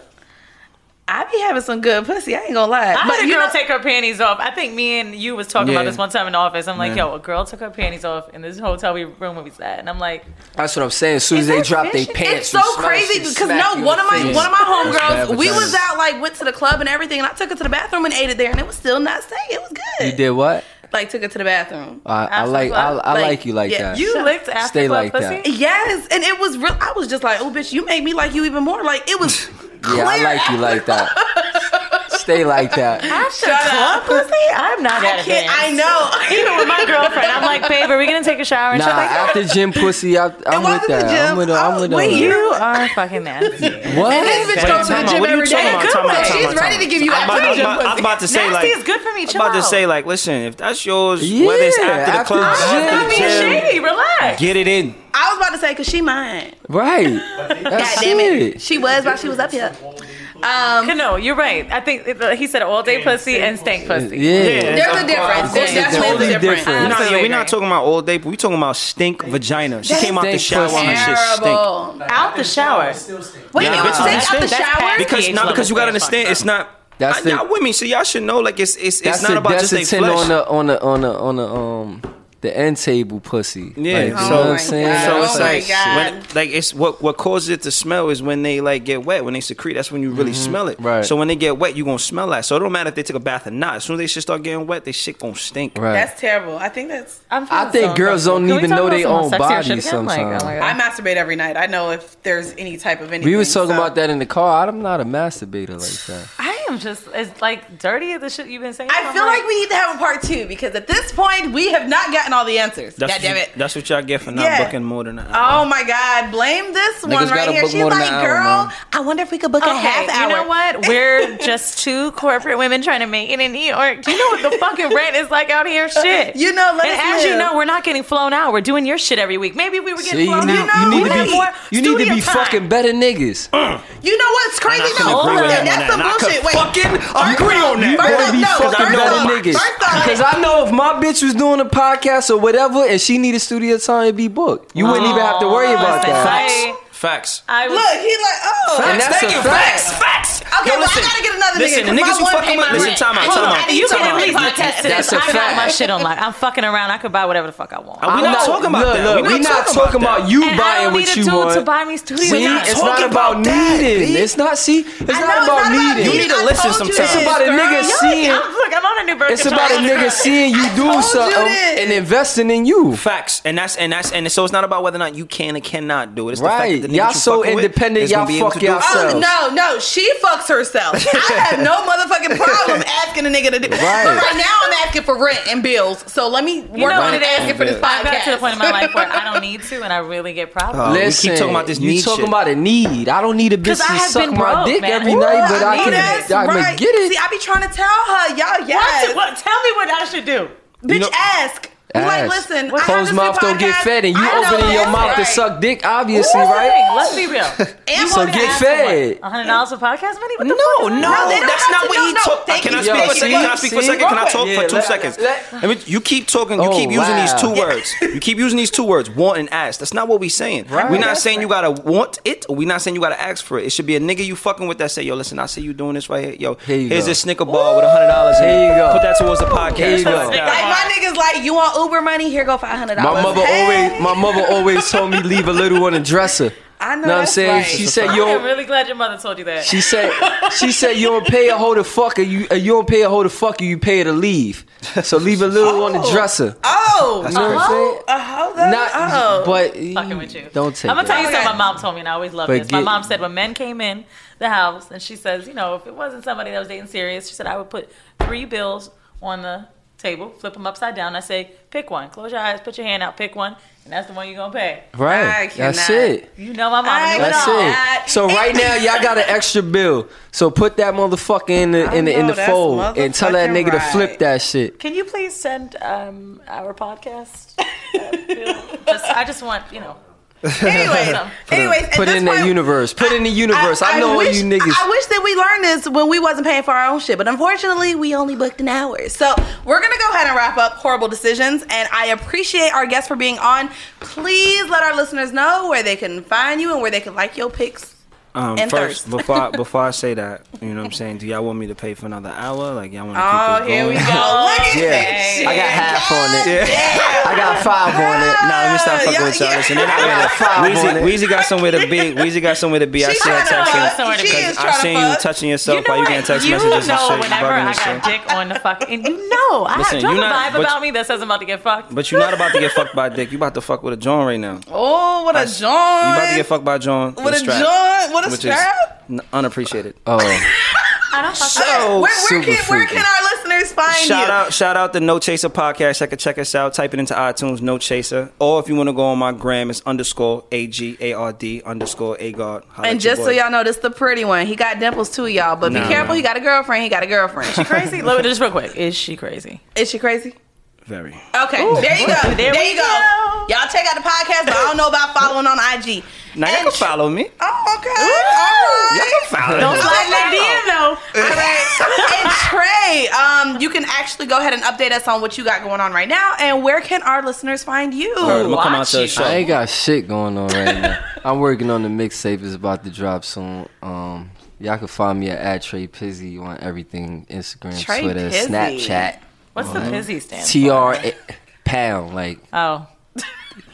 I be having some good pussy. I ain't gonna lie.
I had
But
a
you
girl
know-
take her panties off. I think me and you was talking about
Yeah.
this one time in the office. I'm like,
Yeah.
yo, a girl took her panties off in this hotel we room where we was at, and I'm like,
That's what I'm saying. As soon as they drop their pants,
It's so crazy because no, one of my one of my homegirls, we was out like went to the club and everything, and I took her to the bathroom and ate it there, and it was still not safe. It was
You did what?
good. Like took her to the bathroom.
I, I
After
like I,
club.
I like you like
yeah,
that.
You licked after
Stay like that.
Yes, and it was real. I was just like, oh, bitch, you made me like you even more. Like it
(laughs)
was.
Yeah, I like you like that.
(laughs)
Stay like that.
After club pussy? I'm not
I
that
can't-
advanced.
I know.
(laughs) Even with my girlfriend, I'm like, babe, are we gonna take a shower? And
Nah,
she's like,
after gym pussy, I, I'm with that. I'm with. I'm with. all
Oh, wait,
that.
you (laughs) are fucking nasty.
What?
And this bitch
Wait,
goes to the
time out.
gym
What are you
every day.
talking about?
Good
Time out,
way.
time out,
She's
time
ready
out.
to give you
I'm about-
attention.
I'm about- I'm about to say
Nasty
like
is good for me.
I'm
Chill
about to
out.
say like, listen, if that's yours, whether it's
Yeah,
after the
after
club,
the
after
gym.
the
Stop being
gym,
shady,
relax.
Get it in.
I was about to say, cause she mine.
(laughs)
Right.
God
That's
damn it.
it.
She was while she was up here.
Um, no, you're right. I think it, uh, he said all day pussy and stank pussy.
Yeah. Yeah.
There's a difference. There's
It's
definitely
totally
a difference.
different. No, yeah, we're not talking about old day, but we're talking about stink vagina. She came out the shower and her shit stink.
Out the shower.
Wait,
Nah,
it was
bitch,
stink out the
that's
shower?
bad. Because
pH
not because you gotta
levels,
understand, it's not.
That's
I-
the-
y'all women, so y'all should know. Like it's it's it's
That's
not
a,
about
that's
just a
a ten
flesh.
on the on the on the on the um the end table pussy.
Yeah,
Like, you
so,
know
Oh
what I'm saying?
so
That's
it's
like-
like, when, like it's what what causes it to smell is when they like get wet, when they secrete. That's when you really smell it.
Mm-hmm. Right.
So when they get wet, you gonna smell that. So it don't matter if they took a bath or not. As soon as they shit start getting wet, they shit gonna stink.
Right.
That's terrible. I think that's.
I'm
I think girls don't even know their own bodies sometimes.
oh
I masturbate every night. I know if there's any type of anything.
we was talking
so-
about that in the car. I'm not a masturbator like that.
I am just it's like dirty as the shit you've been saying.
I feel like we need to have a part two because at this point we have not gotten all the answers.
That's
God damn
what,
it.
That's what y'all get for not
Yeah.
booking more than that.
Oh my God! Blame this
Niggas
one right
gotta
here.
book
She's
more than
like,
an hour,
girl,
man.
I wonder if we could book a
Okay,
half hour.
you know what? We're just two corporate women trying to make it in New York. Do you know what the fucking rent is like out
(laughs)
here? Shit.
You know, let
and
us
as you
live.
know, we're not getting flown out. We're doing your shit every week. Maybe we were getting
See, you
flown
need,
out.
you need
we
to
had
be
more
you need to
studio
be
time.
fucking better niggas.
You know what's crazy
can
though?
agree with
That-
him on
That's
that.
some
And I
bullshit.
could
Wait,
fucking agree on
that.
You
First
better
off,
be
no,
fucking
first
better
off, first off-
niggas. Because I know if my bitch was doing a podcast or whatever, and she needed studio time, it'd be booked. You wouldn't even have to worry about that.
Facts. Facts.
I was,
Look, he like, oh,
And that's a fact.
Facts.
Okay, well, I gotta get another
listen,
nigga. 'cause
the niggas
my
you
one
fucking
paid
with,
my
listen,
rent.
time out,
Hold
time
on,
out.
I need
You
to
can
talk
at least
about
attest to
this.
this.
That's a
I got
fact.
my shit online. I'm fucking around. I could buy whatever the fuck I want.
I'm
Uh, we not talking about
look,
that.
Look,
We not
we not
talking
talking
about
about you
And I
buying
don't
what
need a
you
dude
want.
to buy me studio
See,
time.
it's
We're
not
talking
about,
about that,
needing.
B.
It's not. See, it's not
it's
about
not about
needing.
You need to
I
listen
told you
sometimes.
It's about a
girl.
nigga
Yuck,
seeing.
I'm, look, I'm on a new version.
It's about a nigga seeing you do something
this.
and investing in you.
Facts, and that's and that's and so it's not about whether or not you can or cannot do it. It's
Right.
the fact that the niggas
Y'all
you
so
fucking with
independent,
is gonna
y'all
be able
fuck
to do it.
yourself.
Oh, no, no, she fucks
(laughs)
herself. I have no motherfucking problem asking a nigga to do.
(laughs) Right.
But right now, I'm asking for rent and bills. So let me work
know
on
what it
it
is?
asking for this
I've got to the
podcast.
point in my life where I don't need to, and I really get
Oh,
problems.
we keep
Listen,
talking about this
you
need
talking
shit.
about a need. I don't need a bitch
'Cause I
to
have
suck
been
my
broke,
dick
man.
every
Ooh,
night, but I,
need
can,
this,
I
right.
can get it.
See, I be trying to tell her, y'all, yes.
What, what? Tell me what I should do.
Bitch,
You know-
ask. Be Like,
Ass.
listen, I have
closed
this
mouth
new
don't get
podcast.
fed, and you
I know
opening your
this,
mouth to
right.
suck dick, obviously,
Here's the
right?
thing, Let's be
(laughs)
real.
And
So
wanna
get
ask
fed.
someone.
Hey.
hundred dollars of podcast money? What the
No,
fuck?
no,
No, they don't
that's
have
not
to
what
know.
he
No,
took.
thank
Can I
you.
speak
Yo,
for a second? Can I
see,
speak for a
see?
second? Can I talk
Yeah,
for two
let-
seconds?
let-
I mean, you keep talking. You
Oh,
keep using these two
wow.
words. You keep using these two words, want and ask. That's not what we saying.
Right.
We're not saying you gotta want it. Or we're not saying you gotta ask for it. It should be a nigga you fucking with that say, "Yo, listen, I see you doing this right here. Yo,
Here you
here's
go.
this snicker bar with a hundred dollars. in it.
Here you go.
Put that towards the podcast.
Here you go.
Let's
Like,
go.
my niggas like, you want Uber money? Here go $500.
My mother
Hey.
always, my mother always told me leave a little on the dresser.
(laughs) I know
what I'm
that's
saying?
right.
She said you
I'm
don't.
really glad your mother told you that.
She said, she said you don't pay a hoe to fuck, or you or you don't pay a hoe to fuck, or you pay her to leave. So leave a little on the dresser.
Oh,
You know what I'm saying?
a hoe though?
Not,
oh.
but
fucking with you.
don't take.
I'm gonna tell you
that.
something my mom told me, and I always love
But
this. My
get-
mom said when men came in the house, and she says, you know, if it wasn't somebody that was dating serious, she said I would put three bills on the table, flip them upside down. I say, pick one. Close your eyes, put your hand out, pick one, and that's the one you're gonna pay.
Right.
I
That's
cannot.
it.
You know my mom.
I
knew it
That's
all.
it. So right now y'all got an extra bill. So put that motherfucker in the in the in
know,
the
that's
fold and tell that
motherfucking
nigga to
right.
flip that shit.
Can you please send um, our podcast? (laughs) uh, bill? just, I just want you know.
Anyways,
(laughs)
anyways, at
Put it
this
in that
point,
universe. Put it in the universe. I, know all
wish,
you niggas.
I wish that we learned this when we wasn't paying for our own shit, but unfortunately, we only booked an hour. So we're gonna go ahead and wrap up horrible decisions. And I appreciate our guests for being on. Please let our listeners know where they can find you and where they can like your pics
Um,
And
first,
thirst.
before I, before I say that, you know what I'm saying? Do y'all want me to pay for another hour? Like y'all want to
Oh,
keep it
here we
going?
go.
(laughs)
Look at
yeah.
that
I got half on it. (laughs)
I got five on it.
Nah, let me stop fucking with y'all. Listen, then
I got
I
five
Weezy,
on it.
Weezy got somewhere to be. Weezy got somewhere to be. I
She
see her
tryna fuck. Somewhere to
texting.
be. She is
I
tryna
seen you
fuck.
touching yourself while you getting text
you
messages and
know
shit. You
whenever
bugging
I
and shit.
got dick on the fuck, and you know, I
Listen,
have drop a
you not-
vibe
but-
about me that says I'm about to get fucked.
But you're not
(laughs)
about to get fucked by a dick. You about to fuck with a John right now.
Oh, what a joint.
You about to get fucked by a John
With a
strap,
joint? With a
which
strap?
Is n- unappreciated.
Oh.
(laughs)
I don't
So
where, where,
super
can, where
freaky.
can our listeners find
Shout
you?
out, shout out the No Chaser podcast. I can check us out. Type it into iTunes, No Chaser. Or if you want to go on my gram, it's underscore A G A R D underscore A God. Holla
And
at your
just so
boy.
y'all know, this the pretty one. He got dimples too, y'all. But
Nah,
be careful.
nah.
He got a girlfriend. He got a girlfriend. She
(laughs)
crazy? Look, just real quick. Is she crazy?
Is she crazy?
Very.
Okay, there
(laughs)
you go. There, you go. Y'all check out the podcast, but I don't know about following on IG.
Now you can follow me.
Oh, okay. All right.
Y'all can follow me.
DM though. All right. And Trey, um, you can actually go ahead and update us on what you got going on right now, and where can our listeners find you?
Word, I'ma come out to the show.
I ain't got shit going on right now. I'm working on the mixtape. It's about to drop soon. Um, y'all can find me at, at Trey Pizzy on everything: Instagram,
Trey
Twitter,
Pizzy.
Snapchat. Um,
What's the Pizzy stand for?
T R pound. Like
(laughs)
Oh,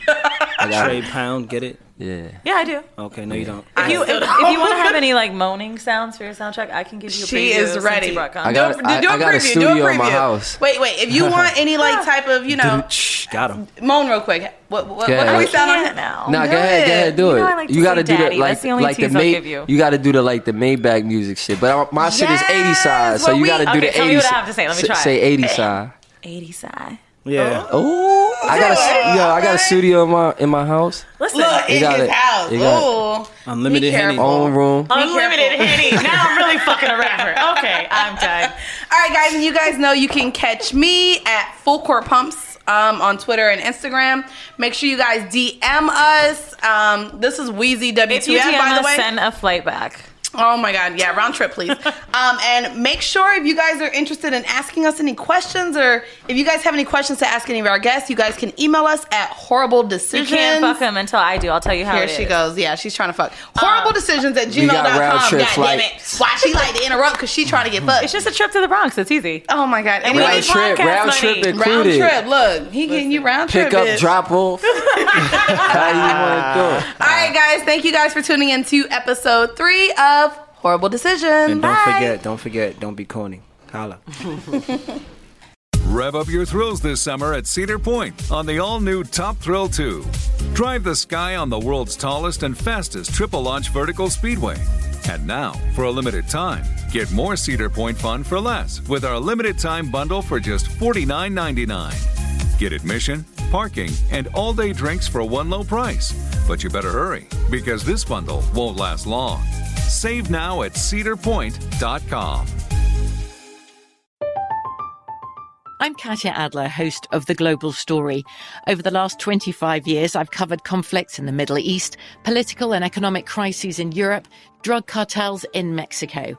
I got-
Trey Pound, get it?
Yeah.
yeah, I do.
Okay, no, you don't.
If you if, if you want to have any like moaning sounds for your soundtrack, I can give you. A
She
preview
is
since
ready.
you brought content.
I got,
Do-
I,
do a
I got
preview, do
a
a
studio in my
preview.
house.
Wait, wait. If you want
(laughs)
any like type of you know
Got him.
moan real quick, what what, what
Go
can we
ahead.
sound on it now?
Nah, go ahead, go ahead, do
You
it.
know I like to
you gotta
say
do
daddy.
the like,
That's the only
like the
tease I'll
May,
give you.
you. gotta do the like the Maybach music shit. But I, my shit is eighty
Uh,
side, so
Well,
you
we-
gotta do
okay,
the
tell me
eighty.
what I have to say. Let me
s-
try it.
Say eighty side.
80 side.
Yeah.
Oh, I got a yo, I got a studio in my in my house.
Listen,
You got it. You got
Unlimited Henny.
Own room.
Unlimited Henny. Now I'm really fucking a rapper. Okay, I'm done.
(laughs) All right, guys, and you guys know you can catch me at Full Court Pumps um, on Twitter and Instagram. Make sure you guys DM us. Um, this is Wheezy
If you
W2F,
DM
by
us,
the way.
send a flight back.
Oh my God, yeah, round trip,
(laughs)
please. um, and make sure if you guys are interested in asking us any questions or if you guys have any questions to ask any of our guests, you guys can email us at horrible
You
decisions.
can't fuck him until I do. I'll tell you how
Here
it
she
is.
goes. Yeah, she's trying to fuck. Horrible decisions at
We got round
gmail.com.
trip
God damn
flight.
it. Why she like to interrupt because she trying to get fucked. It's
just a trip to the Bronx. It's easy.
Oh my God.
And we Round need trip, podcast round money. trip included.
Round trip. Look, he getting you round trip.
Pick up,
bitch. (laughs)
drop off. How you wanna do it?
All right, guys. Thank you guys for tuning in to episode three of Horrible Decisions.
And
Bye.
don't forget, don't forget, don't be corny. Holla.
(laughs)
Rev up your thrills this summer at Cedar Point on the all new Top Thrill 2. Drive the sky on the world's tallest and fastest triple launch vertical speedway. And now, for a limited time, get more Cedar Point fun for less with our limited time bundle for just $49.99. Get admission, parking, and all day drinks for one low price. But you better hurry because this bundle won't last long. Save now at cedarpoint.com.
I'm Katya Adler, host of The Global Story. Over the last 25 years, I've covered conflicts in the Middle East, political and economic crises in Europe, drug cartels in Mexico.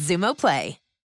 Zumo Play.